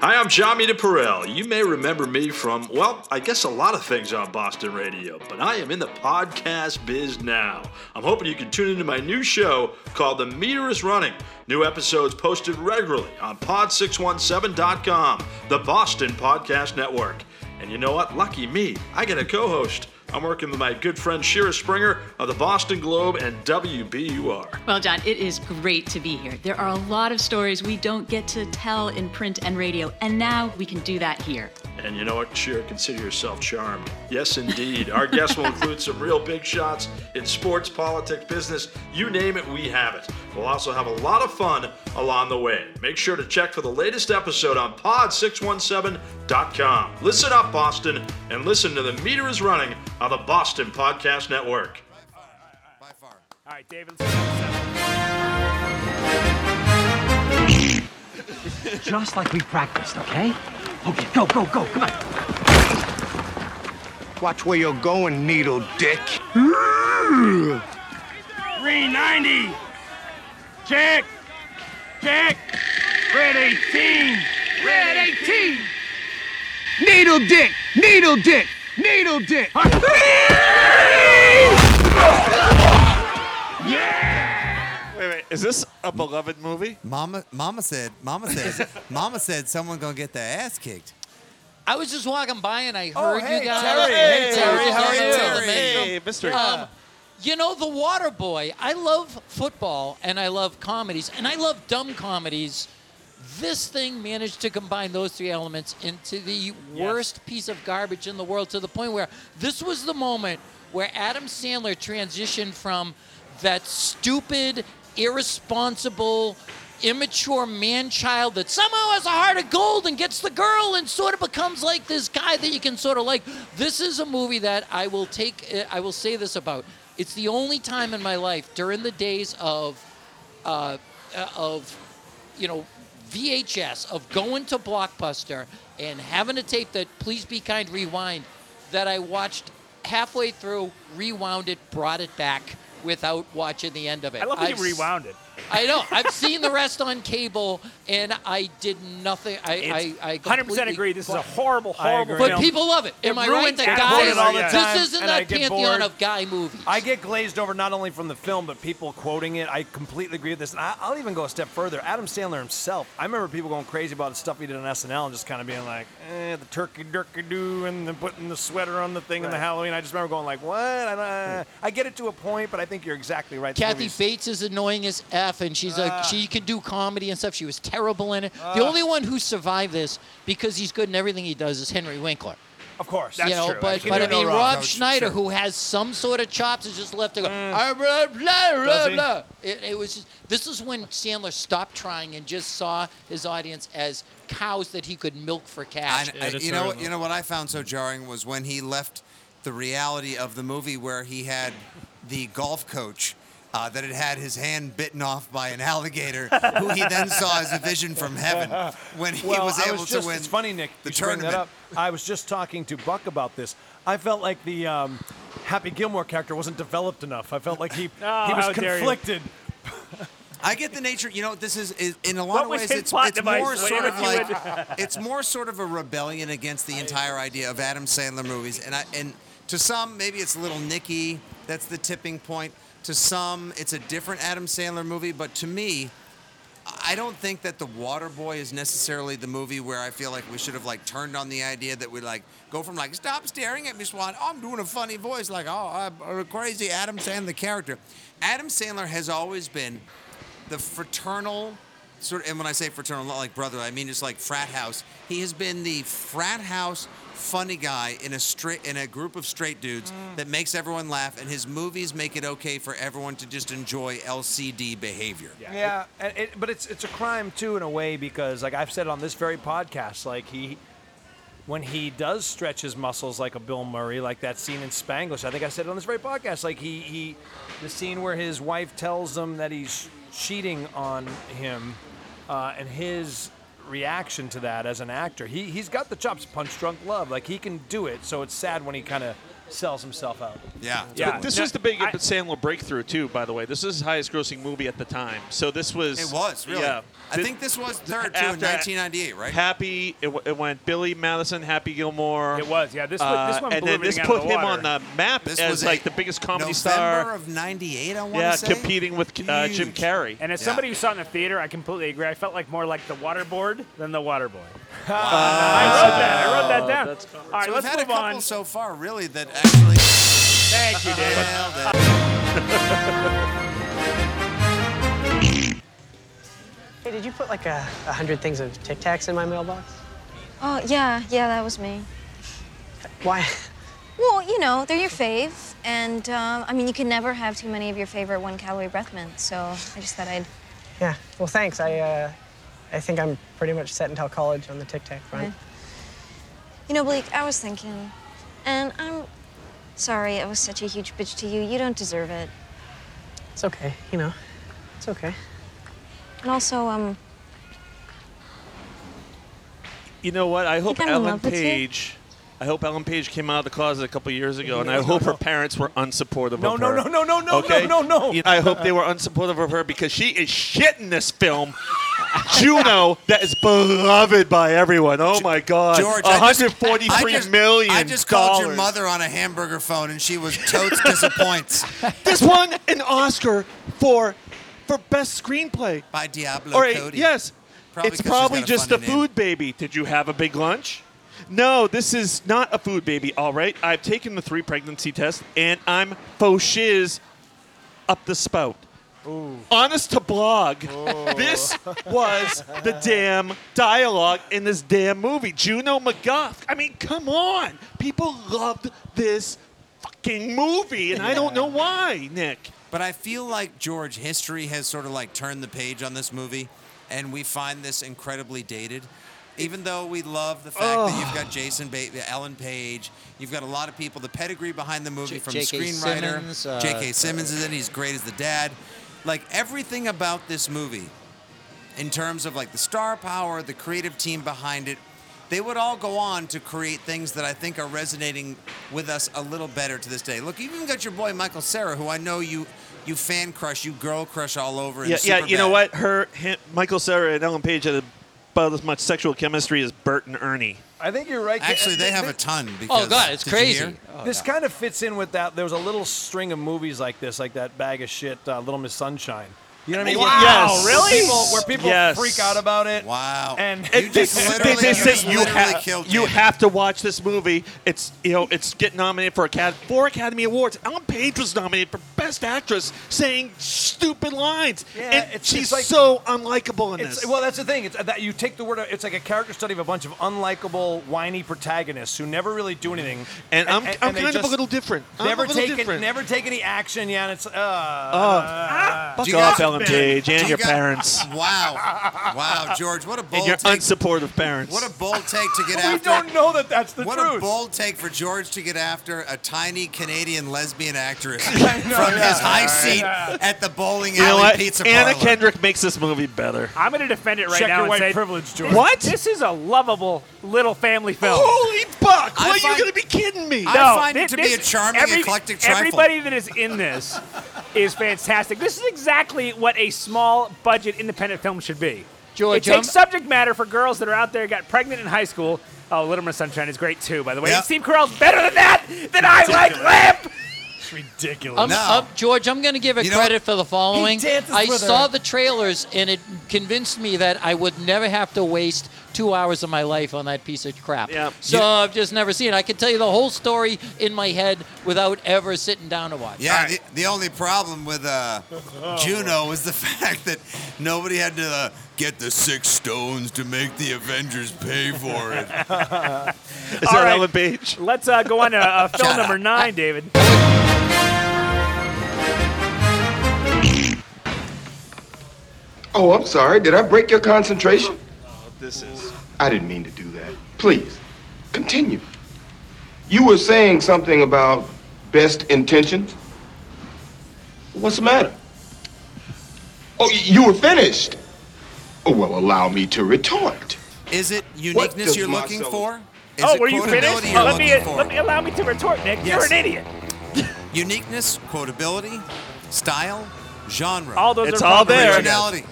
R: Hi, I'm Jami DePerel. You may remember me from, well, I guess a lot of things um, on Boston Radio, but I am in the podcast biz now. I'm hoping you can tune into my new show called The Meter is Running. New episodes posted regularly on pod617.com, the Boston Podcast Network. And you know what? Lucky me, I get a co host. I'm working with my good friend Shira Springer of the Boston Globe and WBUR.
S: Well, John, it is great to be here. There are a lot of stories we don't get to tell in print and radio, and now we can do that here.
R: And you know what, Sheer, consider yourself charmed. Yes, indeed. Our guests will include some real big shots in sports, politics, business, you name it, we have it. We'll also have a lot of fun along the way. Make sure to check for the latest episode on pod617.com. Listen up, Boston, and listen to The Meter is Running on the Boston Podcast Network.
E: All right, David.
T: Just like we practiced, okay? Okay, go, go, go, come on.
L: Watch where you're going, needle dick.
U: 390. Check. Check. Red 18. Red 18.
T: Needle dick! Needle dick! Needle dick!
G: Wait, wait. Is this a beloved movie?
C: Mama, Mama said, Mama said, Mama said, someone gonna get their ass kicked.
B: I was just walking by and I heard
C: hey,
B: you guys.
C: Terry. Hey,
B: I
C: Terry,
B: was
C: how are
B: on
C: you?
B: the men's
C: Terry. Hey,
B: room.
C: Mr.
B: Um, you know, The Water Boy. I love football and I love comedies and I love dumb comedies. This thing managed to combine those three elements into the worst piece of garbage in the world to the point where this was the moment where Adam Sandler transitioned from that stupid, irresponsible, immature man child that somehow has a heart of gold and gets the girl and sort of becomes like this guy that you can sort of like. This is a movie that I will take, uh, I will say this about. It's the only time in my life during the days of, uh, uh, of, you know, VHS, of going to Blockbuster and having a tape that Please Be Kind Rewind that I watched halfway through, rewound it, brought it back without watching the end of it.
E: I love that you
B: I've s-
E: rewound it.
B: I know. I've seen the rest on cable, and I did nothing. I, I, I
E: 100%
B: completely-
E: agree. This is a horrible, horrible
B: But
E: film.
B: people love it. Am I right?
Q: ruins
B: That
Q: Adam
B: guys,
Q: Sandler all the time,
B: this isn't
Q: and I
B: that
Q: get
B: pantheon
Q: bored.
B: of guy movies.
Q: I get glazed over not only from the film, but people quoting it. I completely agree with this. And I, I'll even go a step further. Adam Sandler himself, I remember people going crazy about the stuff he did on SNL and just kind of being like, eh, the turkey durkey doo and then putting the sweater on the thing and the
B: Right. Hmm.
Q: Halloween. I just remember going like, what? I, don't- I get it to a point, but I think you're exactly right. The
B: Kathy
Q: movie's-
B: Bates is annoying as f, and she's
Q: Ah.
B: like she can do comedy and stuff. She was terrible in it.
Q: Ah.
B: the only one who survived this because he's good in everything he does is Henry Winkler.
F: Of course.
B: you know, But, but I mean, Rob Schneider, who has some sort of chops, is just left to go. "Ah, Blah, blah,
F: Does
B: blah,
F: he?
B: blah. It, it was. Just, this is when Sandler stopped trying and just saw his audience as cows that he could milk for cash.
C: I- uh, you know, you know what I found so jarring was when he left the reality of the movie where he had the golf coach uh, that had had his hand bitten off by an alligator, who he then saw as a vision from heaven when he
F: Well,
C: was
F: I
C: able
F: just-
C: to win.
F: It's funny, Nick.
C: the
F: you should bring that
C: tournament.
F: up. I was just talking to Buck about this. I felt like the um, Happy Gilmore character wasn't developed enough. I felt like he
E: Oh,
F: he was
E: how dare you.
F: conflicted.
C: I get the nature. You know, this is, is in a
F: What
C: lot
F: was
C: of ways.
F: his
C: It's,
F: plot
C: it's
F: device?
C: more
F: Wait,
C: sort
F: if
C: of
F: you
C: like it's more sort of a rebellion against the entire idea of Adam Sandler movies. And I and to some, maybe it's Little Nicky. That's the tipping point. To some, it's a different Adam Sandler movie. But to me, I don't think that The Waterboy is necessarily the movie where I feel like we should have like turned on the idea that we like go from like stop staring at me, Swan. I'm doing a funny voice like oh I'm a crazy Adam Sandler character. Adam Sandler has always been the fraternal sort of, and when I say fraternal, not like brother, I mean just like frat house. He has been the frat house funny guy in a straight in a group of straight dudes that makes everyone laugh, and his movies make it okay for everyone to just enjoy LCD behavior.
F: Yeah, and it, but it's it's a crime too in a way because like I've said on this very podcast, like he when he does stretch his muscles like a Bill Murray, like that scene in Spanglish. I think I said it on this very podcast. Like he he the scene where his wife tells him that he's cheating on him, uh, and his reaction to that as an actor. He he's got the chops, punch drunk love. Like he can do it. So it's sad when he kind of sells himself out.
C: Yeah.
F: Yeah.
G: But this
F: No,
G: was the big Sandler breakthrough too, by the way. This is his highest grossing movie at the time. So this was
C: It was really.
G: Yeah.
C: I think this was third too in
G: after-
C: 1998, right?
G: Happy. It, w- it went Billy Madison, Happy Gilmore. It
E: was, yeah. This
C: one- this one
G: and
C: blew
G: then this
C: everything
G: put
C: out of the
G: him on
C: water.
G: the map
C: This
G: as
C: was
G: like
C: a
G: the biggest comedy
C: November
G: star.
C: of '98, I want to
G: yeah,
C: say.
G: competing with uh, Jim Carrey.
E: And as
G: Yeah.
E: somebody who saw it in the theater, I completely agree. I felt like more like the Waterboard than the Waterboy. I wrote that. I wrote that down. All right,
C: so
E: let's
C: we've had
E: move
C: a couple
E: on.
C: so far, really, that actually.
E: Thank you, David.
M: Hey, did you put like a, a hundred things of Tic Tacs in my mailbox?
H: Oh, yeah, yeah, that was me.
M: Why?
H: Well, you know, they're your fave. And, um, I mean, you can never have too many of your favorite one calorie breath mints. So I just thought I'd.
M: Yeah. Well, thanks. I uh, I think I'm pretty much set until college on the Tic Tac front.
H: You know, Bleak, I was thinking. And I'm sorry I was such a huge bitch to you. You don't deserve it.
M: It's okay. You know, it's okay.
H: And also, um,
G: You know what? I hope
H: I'm in
G: Ellen
H: love with you.
G: Page. I hope Ellen Page came out of the closet a couple years ago, and I hope her parents were unsupportive
F: No,
G: of
F: no,
G: her.
F: no, no, no, no,
G: okay?
F: no, no, no.
G: You know, I hope they were unsupportive of her because she is shit in this film. Juno, that is beloved by everyone. Oh my God,
C: George,
G: one
C: I just-
G: hundred
C: I
G: forty-three
C: just-
G: million
C: I just called your
G: dollars.
C: mother on a hamburger phone, and she was totes disappoints.
G: This won an Oscar for for best screenplay
C: by Diablo
G: All right,
C: Cody.
G: yes,
C: Probably
G: it's
C: 'cause she's
G: probably
C: got a
G: just a
C: funny name.
G: food baby. Did you have a big lunch? No, this is not a food baby. All right, I've taken the three pregnancy test, and I'm faux shiz up the spout. Honest to blog, this was the damn dialogue in this damn movie. Juno McGuff. I mean, come on. People loved this fucking movie, and I don't know why, Nick.
C: But I feel like George history has sort of like turned the page on this movie, and we find this incredibly dated. Even though we love the fact that you've got Jason, ba- Ellen Page, you've got a lot of people, the pedigree behind the movie
B: J-
C: from
B: J.K.
C: screenwriter
B: Simmons, uh,
C: J.K. Simmons is in. He's great as the dad. Like everything about this movie, in terms of like the star power, the creative team behind it, they would all go on to create things that I think are resonating with us a little better to this day. Look, you even got your boy Michael Sarah, who I know you you fan crush, you girl crush all over. in
G: Yeah, yeah. You
C: Superbad.
G: know what? Her, him, Michael Sarah, and Ellen Page had about as much sexual chemistry as Bert and Ernie.
F: I think you're right.
C: Actually, they have a ton because-
B: Oh, God, it's
C: Did you
B: crazy.
C: hear?
B: Oh,
F: this
B: yeah.
F: kind of fits in with that. There was a little string of movies like this, like that bag of shit, uh, Little Miss Sunshine. You know what I mean?
G: Wow,
F: Where-
G: really?
F: People, where people
G: Yes.
F: freak out about it.
C: Wow.
F: And
G: It- they, they, they say you, have you have to watch this movie. It's you know it's getting nominated for Acad- four Academy Awards. Ellen Page was nominated for Best Actress saying stupid lines.
F: Yeah,
G: and
F: it's-
G: she's
F: it's like-
G: so unlikable in
F: It's,
G: this.
F: well, that's the thing. It's uh, that you take the word. out- It's like a character study of a bunch of unlikable, whiny protagonists who never really do anything.
G: And I'm- I'm
F: they
G: kind of a
F: just
G: little different. I'm a
F: Never
G: little
F: take it-
G: different.
F: never take any action. Yeah, and it's uh.
G: Fuck
F: Do you
G: off,
F: guys-
G: Ellen Page, and
C: Do you
G: your
C: guys-
G: parents.
C: Wow, wow, George, what a bold
G: and your
C: take.
G: unsupportive parents.
C: What a bold take to get
G: We
F: Oh.
C: after.
G: don't
F: know that that's the
C: what
F: truth.
C: What a bold take for George to get after a tiny Canadian lesbian actress from
E: yeah.
C: his high
E: Yeah.
C: seat at the bowling
G: you know
C: alley
G: what?
C: pizza
G: Anna
C: parlor.
G: Kendrick makes this movie better.
E: I'm going to defend it right
F: Check
E: now
F: your
E: and
F: white
E: say
F: privilege, George.
E: What? This is a lovable little family film.
G: Holy fuck!
C: I
G: What are
C: find-
G: you going to be kidding me?
E: no, thi- this-
C: eclectic
G: trifle.
E: Everybody that is in this is fantastic. This is exactly what a small budget independent film should be.
B: George,
E: it takes
B: I'm-
E: subject matter for girls that are out there got pregnant in high school. Oh, Little Miss Sunshine is great too, by the way. And Steve Carell's better than that. Than I like Lamp.
F: It's ridiculous.
B: I'm, I'm- George, I'm going to give it credit for the following.
F: He dances
B: I
F: with
B: saw
F: her.
B: the trailers, and it convinced me that I would never have to waste two hours of my life on that piece of crap.
G: Yeah.
B: So
G: You-
B: I've just never seen it. I could tell you the whole story in my head without ever sitting down to watch.
C: Yeah, the, the only problem with uh,
E: Oh,
C: Juno was the fact that nobody had to uh, get the six stones to make the Avengers pay for it.
G: Is
E: All
G: that
E: right.
G: Ellen Page?
E: Let's uh, go on to uh, film number nine, David.
L: Oh, I'm sorry. Did I break your concentration?
G: This is.
L: I didn't mean to do that. Please, continue. You were saying something about best intentions. What's the matter? Oh, y- you were finished. Oh, well, allow me to retort.
C: Is it
L: does
C: uniqueness you're looking
L: Marcel-
C: for? Is
E: oh,
C: it
E: were you
C: quotability
E: finished?
C: you're
E: let me
C: looking for?
E: let me allow me to retort, Nick.
C: Yes.
E: You're an idiot.
C: Uniqueness, quotability, style, genre.
E: All those It's are all there.
C: Originality.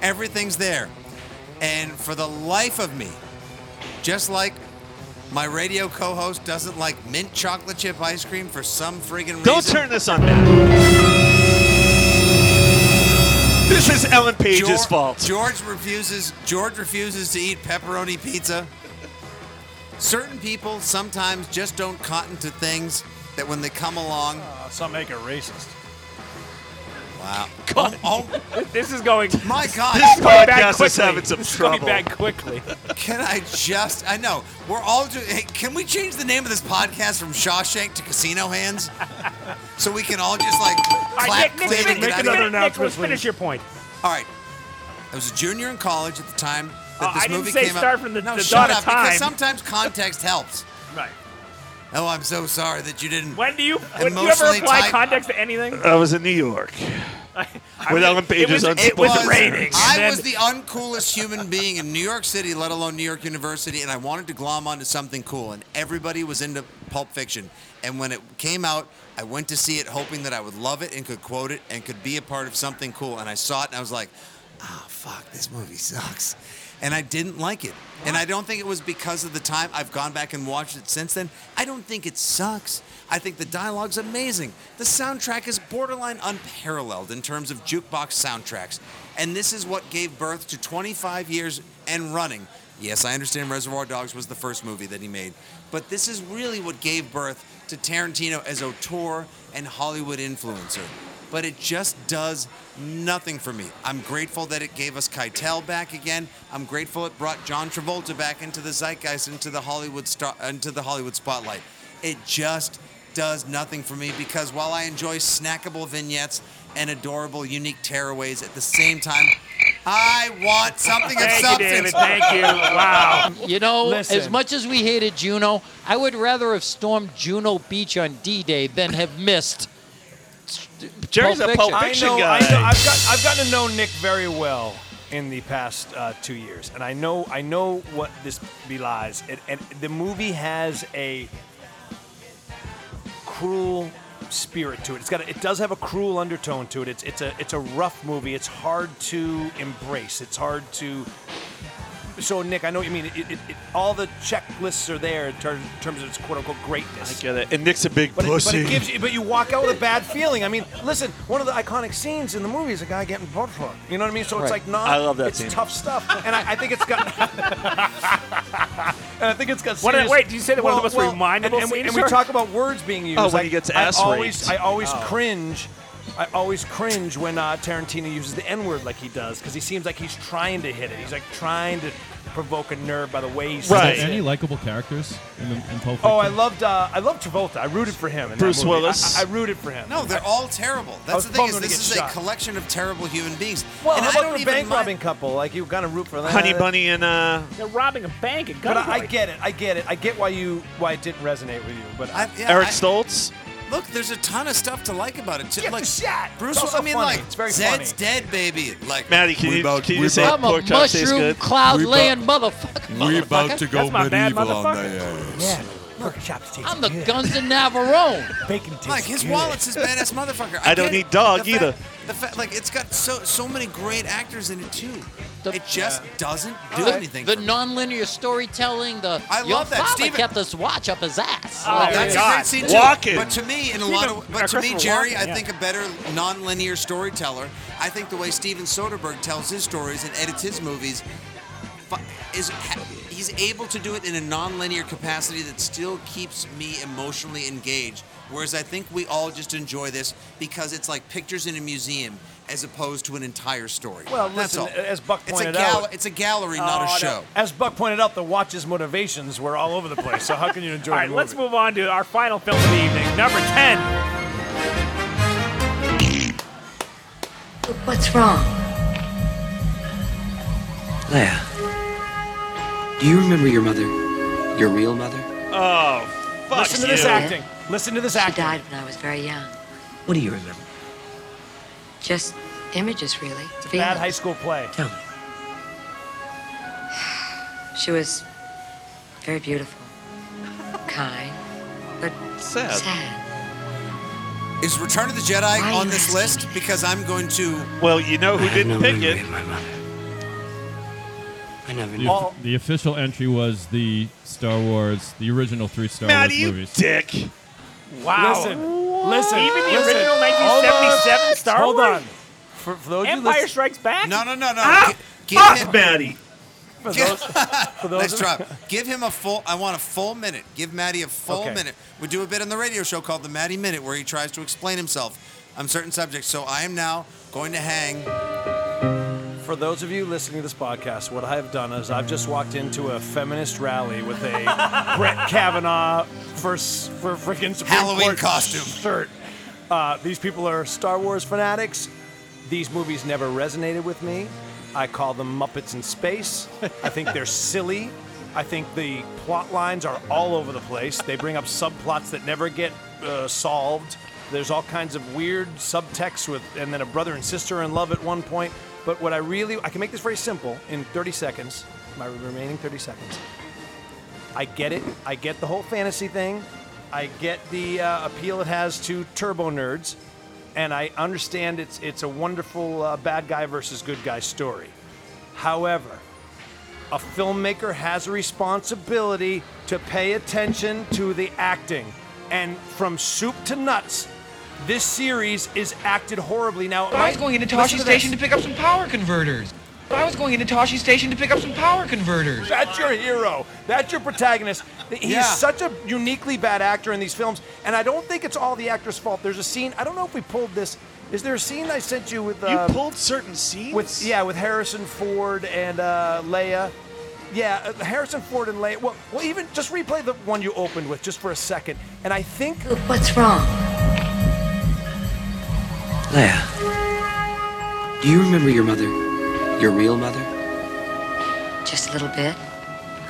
C: Everything's there. And for the life of me, just like my radio co-host doesn't like mint chocolate chip ice cream for some friggin'
G: Don't
C: reason.
G: turn this on, Matt. This is Ellen Page's
C: Geor-
G: fault.
C: George refuses. George refuses to eat pepperoni pizza. Certain people sometimes just don't cotton to things that when they come along.
F: some make it racist.
C: Wow.
E: God.
C: Oh, oh,
E: This is going.
C: my God.
E: This is going bad
G: podcast is
E: quickly.
G: having some
E: This is going
G: trouble.
E: bad quickly.
C: Can I just? I know we're all. Do, hey, can we change the name of this podcast from Shawshank to Casino Hands, so we can all just like
E: All right,
C: clap,
E: Nick,
C: clean, and
E: Nick, Nick,
C: get out
E: Nick, Nick,
C: of
E: Nick,
C: there?
E: Nick, let's finish your point.
C: All right. I was a junior in college at the time that
E: Uh,
C: this
E: I didn't
C: movie
E: say
C: came
E: start
C: out.
E: from the-
C: no,
E: the
C: shut
E: dawn of
C: up, because
E: time.
C: sometimes context helps.
E: Right.
C: Oh, I'm so sorry that you didn't.
E: When do you when do you ever
C: Emotionally
E: apply
C: tied-
E: context to anything?
G: I was in New York.
E: I mean,
G: With Ellen Page's
E: it was, it
G: unsupported
E: was raining.
C: I
E: and
C: was
E: then-
C: the uncoolest human being in New York City, let alone New York University, and I wanted to glom onto something cool. And everybody was into Pulp Fiction. And when it came out, I went to see it hoping that I would love it and could quote it and could be a part of something cool. And I saw it and I was like, ah, fuck, this movie sucks. And I didn't like it. And I don't think it was because of the time. I've gone back and watched it since then. I don't think it sucks. I think the dialogue's amazing. The soundtrack is borderline unparalleled in terms of jukebox soundtracks. And this is what gave birth to 25 years and running. Yes, I understand Reservoir Dogs was the first movie that he made, but this is really what gave birth to Tarantino as auteur and Hollywood influencer. But it just does nothing for me. I'm grateful that it gave us Keitel back again. I'm grateful it brought John Travolta back into the zeitgeist, into the Hollywood star, into the Hollywood spotlight. It just does nothing for me because while I enjoy snackable vignettes and adorable, unique tearaways, at the same time, I want something of
E: Thank you,
C: substance.
E: David. Thank you. Wow.
B: You know, as
E: Listen.
B: much as we hated Juno, I would rather have stormed Juno Beach on D-Day than have missed.
G: Jerry's a Pulp
F: Oh, I
G: Fiction
F: know,
G: guy.
F: I know, I've, got, I've gotten to know Nick very well in the past uh, two years, and I know I know what this belies. It, and the movie has a cruel spirit to it. It's got a, it does have a cruel undertone to it. It's it's a it's a rough movie. It's hard to embrace. It's hard to. So Nick, I know what you mean. It, it, it, all the checklists are there in ter- terms of its quote unquote greatness.
G: Get it. And Nick's a big
F: But it, but
G: pussy.
F: it gives you, but you walk out with a bad feeling. I mean, listen, one of the iconic scenes in the movie is a guy getting butt fucked. You know what I mean? So it's
G: Right.
F: like not.
G: I love that
F: It's
G: scene.
F: tough stuff, and I, I think it's got. And I think it's got
E: What-
F: serious-
E: wait, did you say that one of the most
F: and,
E: remindable
F: and we,
E: scenes
F: and we
E: are-
F: talk about words being used.
E: Oh, when
F: Like,
E: he gets
F: I
E: ass
F: always, I
E: raped.
F: always
E: Oh.
F: cringe. I always cringe when uh, Tarantino uses the N word like he does because he seems like he's trying to hit it. He's like trying to provoke a nerve by the way he says
N: Are
F: it.
N: there any likable characters in, the, in Pulp
F: Oh, I
N: Fiction?
F: loved uh, I loved Travolta. I rooted for him. In that
N: Bruce
F: movie.
N: Willis.
F: I, I, I rooted for him.
C: No, they're all terrible.
F: I
C: That's
F: was
C: the thing is
F: bummed when he
C: this
F: gets
C: is
F: shot.
C: a collection of terrible human beings.
F: Well,
C: and
F: how
C: I
F: about
C: don't
F: the
C: even
F: bank
C: mind-
F: robbing couple? Like you gotta root for that.
G: Honey Bunny and uh.
E: They're robbing a bank at
F: But I, I
E: gunpoint.
F: get it. I get it. I get why you why it didn't resonate with you. But I,
C: yeah, Eric I-
G: Stoltz.
C: Look, there's a ton of stuff to like about it. Too. Like Bruce,
F: It's
C: Willis-
F: also
C: I mean,
F: funny.
C: like
F: It's very
C: Zed's
F: funny.
C: dead, baby. Like
G: Maddie, can
C: we
G: you-
C: about-
G: can you
C: we
G: say
C: about-
G: I'm a pork chop tastes
B: mushroom
G: good?
B: cloud
C: We about-
B: laying motherfucker.
K: We're about
B: motherfucker.
K: to go
B: That's my bad
K: medieval on the
B: motherfucker.
K: ass.
B: Yeah.
F: Pork chops taste
B: I'm the Guns of Navarone.
F: Bacon tastes
C: Like his
B: good.
C: wallet's his badass motherfucker.
G: I don't
C: get it.
G: need dog
C: The fact-
G: either.
C: The fact, like, it's got so so many great actors in it too. it just doesn't do
B: the,
C: anything.
B: The nonlinear storytelling. The
C: I
B: your
C: love that,
B: father
C: Steven-
B: kept this watch up his ass.
C: Oh,
B: Like,
C: that's
B: God.
C: a great scene too.
B: Walken.
C: But to me, in a
B: Stephen-
C: lot of,
B: uh,
C: but to me,
B: Christopher
C: Jerry,
B: Walken,
C: I
B: yeah.
C: think a better non-linear storyteller. I think the way Steven Soderbergh tells his stories and edits his movies fu- is ha- he's able to do it in a non-linear capacity that still keeps me emotionally engaged. Whereas I think we all just enjoy this because it's like pictures in a museum as opposed to an entire story.
F: Well,
C: that's
F: listen,
C: all.
F: as Buck
C: it's a
F: pointed
C: gall-
F: out,
C: it's a gallery,
F: Oh,
C: not
F: no.
C: a show.
F: As Buck pointed out, the watch's motivations were all over the place. So how can you enjoy?
E: All
F: the
E: right,
F: movie?
E: let's move on to our final film of the evening, number ten.
A: What's wrong?
T: Leia, do you remember your mother? Your real mother?
G: Oh, fuck
F: Listen to this
G: you.
F: acting. Listen to this acting.
A: She died when I was very young.
T: What do you remember?
A: Just images, really.
F: It's a
A: Feelings.
F: bad high school play.
A: Tell me. She was very beautiful, kind, but
C: Sad.
A: sad.
C: Is Return of the Jedi on this list? Because I'm going to.
G: Well, you know who didn't pick it.
A: I never
N: The, the official entry was the Star Wars, the original three Star
G: Maddie,
N: Wars
G: you
N: movies.
G: dick.
E: Wow.
F: Listen, listen.
E: Even the
F: listen.
E: original
F: Hold
E: 1977
F: on.
E: Star
F: Hold on.
E: Wars?
F: For, for those
E: Empire
F: you listen,
E: Strikes Back.
C: No, no, no, no. Gi- give him-
G: Fuck Maddie.
F: for Ah, those, for those
C: Nice
F: of-
C: try. Give him a full. I want a full minute. Give Maddie a full
F: Okay.
C: minute. We do a bit on the radio show called the Maddie Minute, where he tries to explain himself on certain subjects. So I am now going to hang.
F: For those of you listening to this podcast, what I have done is I've just walked into a feminist rally with a Brett Kavanaugh for s- for freaking Supreme
C: Halloween
F: Court
C: costume.
F: shirt. Uh, these people are Star Wars fanatics. These movies never resonated with me. I call them Muppets in space. I think they're silly. I think the plot lines are all over the place. They bring up subplots that never get uh, solved. There's all kinds of weird subtexts with, and then a brother and sister in love at one point. But what I really, I can make this very simple in 30 seconds, my remaining 30 seconds. I get it. I get the whole fantasy thing. I get the uh, appeal it has to turbo nerds, and I understand it's it's a wonderful uh, bad guy versus good guy story. However, a filmmaker has a responsibility to pay attention to the acting, and from soup to nuts, this series is acted horribly. Now,
T: I was going into Toshi
F: listen to
T: Station
F: this.
T: to pick up some power converters. I was going into Toshi Station to pick up some power converters.
F: That's your hero. That's your protagonist. He's
T: Yeah.
F: such a uniquely bad actor in these films, and I don't think it's all the actor's fault. There's a scene. I don't know if we pulled this. Is there a scene I sent you with? Uh,
G: you pulled certain scenes.
F: with yeah, with Harrison Ford and uh, Leia. Yeah, uh, Harrison Ford and Leia. Well, well, even just replay the one you opened with just for a second, and I think.
A: What's wrong?
T: Leia, do you remember your mother? Your real mother?
A: Just a little bit.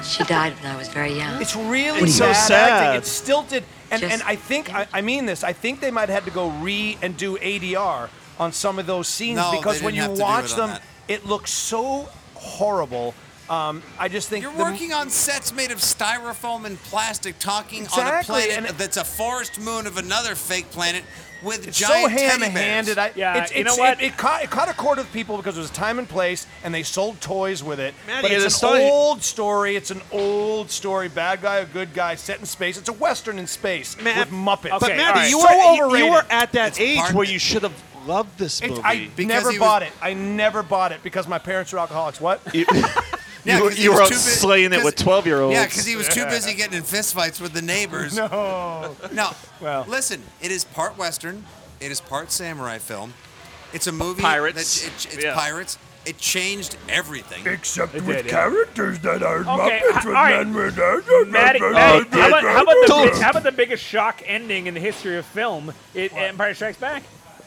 A: She died when I was very young.
F: It's really
A: What do you-
F: bad
A: So
F: acting.
A: sad.
F: It's stilted, and,
A: Just-
F: and I think I, I mean this. I think they might have had to go re and do ADR on some of those scenes
C: No, they
F: because when you
C: didn't have to do
F: watch
C: it on
F: them,
C: that.
F: it looks so horrible. Um, I just think
C: You're
F: the-
C: working on sets made of styrofoam and plastic, talking on a
F: Exactly,
C: planet that's a forest moon of another fake planet with
F: It's
C: giant
F: so
C: teddy bears.
F: ham-handed. I,
E: Yeah,
F: it's,
E: you
F: it's-
E: know what?
F: It, it caught, it caught a chord with people because it was time and place, and they sold toys with it.
G: Maddie,
F: but it's
G: the
F: an
G: story-
F: old story. It's an old story. Bad guy, a good guy, set in space. It's a western in space with Muppets.
G: but Maddie, you,
F: So
G: were, you- you
F: overrated.
G: were at that
F: It's
G: age
F: part-
G: where you should have loved this
F: It's-
G: movie.
F: I never bought it. I never bought it because my parents were alcoholics. What?
C: Yeah,
G: you,
C: 'cause he
G: you
C: was
G: were out
C: too bu-
G: slaying it
C: 'cause-
G: with 12 year olds.
C: Yeah, because he was too busy getting in fistfights with the neighbors.
E: Oh.
C: No. No. Well, listen, it is part Western, it is part samurai film. It's a movie.
G: Pirates.
C: That, it, it's
G: Yeah.
C: pirates. It changed everything. Except
G: It with did, yeah.
C: characters that are
E: Okay, h- all right. Maddie, Maddie, how, about, how, about the, big- how about the biggest shock ending in the history of film? It, Empire Strikes Back.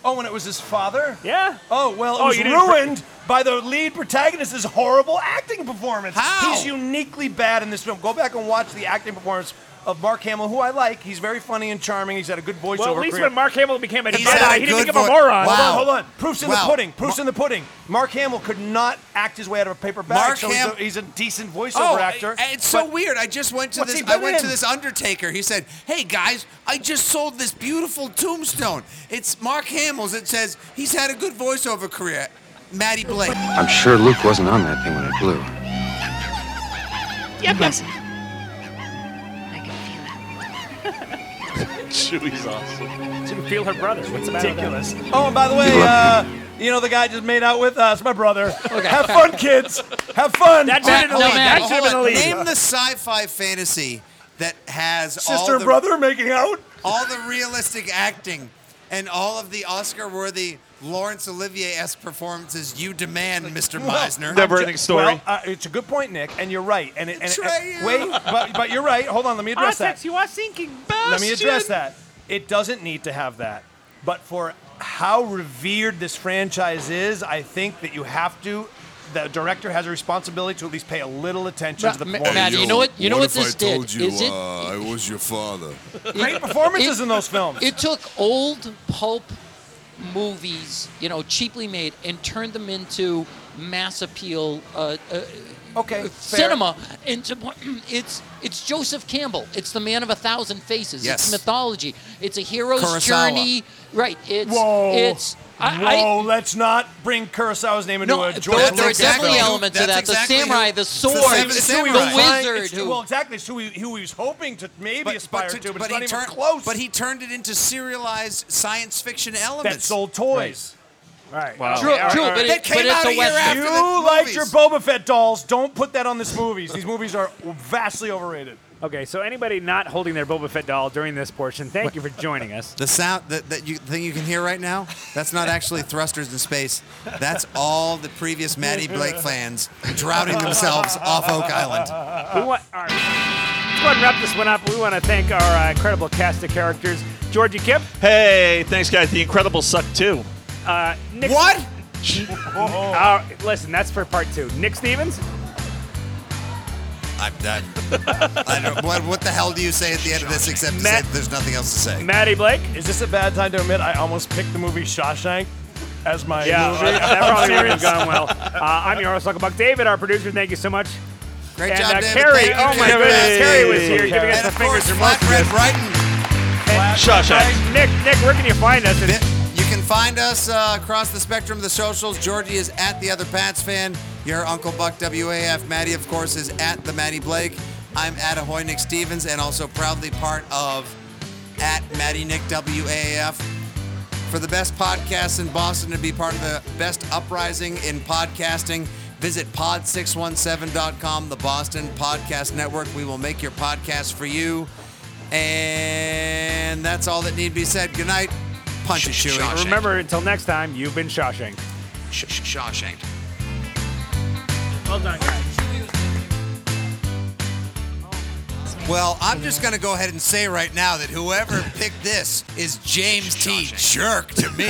F: Oh, when it was his father?
E: Yeah.
F: Oh, well, it
E: Oh,
F: was
E: you didn't-
F: ruined by the lead protagonist's horrible acting performance. How? He's uniquely bad in this film. Go back and watch the acting performance of Mark Hamill, who I like. He's very funny and charming. He's had a good voiceover
E: Well, at least
F: career.
E: when Mark Hamill became a
F: He's
E: Jedi,
F: had
E: he didn't
F: good
E: become a
F: voi-
E: moron.
F: Uh, Hold on, hold on. Proof's in
E: Wow.
F: the pudding. Proof's in the pudding. Mark Hamill could not act his way out of a paper bag,
C: Mark
F: so he's
C: Ham-
F: a- he's, a, decent voiceover
C: Oh,
F: actor.
C: I- it's so
F: but-
C: weird. I just went to
F: What's
C: this.
F: he
C: I
F: been
C: went to
F: in?
C: this undertaker. He said, "Hey guys, I just sold this beautiful tombstone. It's Mark Hamill's. It says he's had a good voiceover career." Maddie Blake.
V: I'm sure Luke wasn't on that thing when it blew.
H: Yep, yes.
E: Chewie's awesome. Didn't feel her brother. What's ridiculous?
F: Oh, and by the way, uh, you know the guy just made out with us, my brother. Have fun, kids. Have fun.
E: That should've been a lead. That should've been a lead.
C: Name the sci-fi fantasy that has all
F: Sister and
C: the-
F: brother making out?
C: all the realistic acting and all of the Oscar-worthy Laurence Olivier-esque performances you demand, Mr. Meisner.
F: Well, uh, it's a good point, Nick, and you're right. And, it, and, it-
C: Atreyu.
F: wait, but, but you're right. Hold on, let me address that.
E: you are sinking,
F: Let me address that. It doesn't need to have that. But for how revered this franchise is, I think that you have to. The director has a responsibility to at least pay a little attention to the
B: Ma-
F: performance.
B: Matt, you know what? You know what, this
M: I
B: did?
M: told you
B: is it
M: uh, I was your father?
F: Great performances in those films.
B: It took old pulp movies, you know, cheaply made, and turned them into mass appeal. Uh, uh,
F: okay,
B: cinema. And to, point- it's it's Joseph Campbell. It's the man of a thousand faces.
F: Yes.
B: It's mythology. It's a hero's
F: Kurosawa.
B: journey. Right. It's
F: Whoa!
B: it's. I,
F: Whoa!
B: I,
F: let's not bring Kurosawa's name into
B: No,
F: a
B: but
F: George.
B: there
F: Lucas
B: are definitely
F: film.
B: elements of That's that. The exactly samurai, who- the it's the sword, seven
F: It's
B: samurai.
F: who he was
B: the
F: trying-
B: wizard
F: it's-
B: who-
F: Well, exactly. It's who he, who he was hoping to maybe aspire to, but, it's not
C: he
F: even
C: turned,
F: close.
C: But he turned it into serialized science fiction elements.
F: that sold toys. Right.
C: Wow. True- true, but it- That came but it's out a a year Western. after
F: you
C: the movies.
F: liked your Boba Fett dolls. Don't put that on this movies. These movies are vastly overrated.
E: Okay, so anybody not holding their Boba Fett doll during this portion, thank you for joining us.
C: The sound that, that you thing you can hear right now, that's not actually thrusters in space. That's all the previous Maddie Blake fans drowning themselves off Oak Island.
E: We want, all right. Let's go ahead and wrap this one up. We want to thank our uh, incredible cast of characters. Georgie Kip.
G: Hey, thanks, guys. The Incredibles suck too.
E: Uh, Nick
C: what?
E: uh, listen, that's for part two. Nick Stevens.
C: I'm done. I don't, what, what the hell do you say at the end of this except to say that there's nothing else to say?
E: Maddie Blake.
F: Is this a bad time to admit I almost picked the movie Shawshank as my
E: Yeah, uh,
F: movie?
E: that probably would have gone well. Uh, I'm your host, Uncle Buck. David, our producer, thank you so much.
C: Great
E: and,
C: job,
E: uh,
C: David.
E: Carrie,
C: Thank you,
E: oh my
C: Carrie.
E: goodness, Carrie was here
C: And
E: giving us
C: of
E: the fingers.
C: course, Flatbread Brighton.
E: Shawshank. Nick, Nick, where can you find us?
C: You can find us uh, across the spectrum of the socials. Georgie is at the other Pats fan. Your Uncle Buck WAF. Maddie, of course, is at the Maddie Blake. I'm at Ahoy Nick Stevens and also proudly part of at Maddie Nick WAF. For the best podcasts in Boston to be part of the best uprising in podcasting, visit pod617.com, the Boston Podcast Network. We will make your podcast for you. And that's all that need be said. Good night. Punch it, Chewy.
E: Remember, until next time, you've been Shawshank.
C: Shawshank.
E: Well done, guys.
C: Well, I'm just going to go ahead and say right now that whoever picked this is James T. Jerk to me.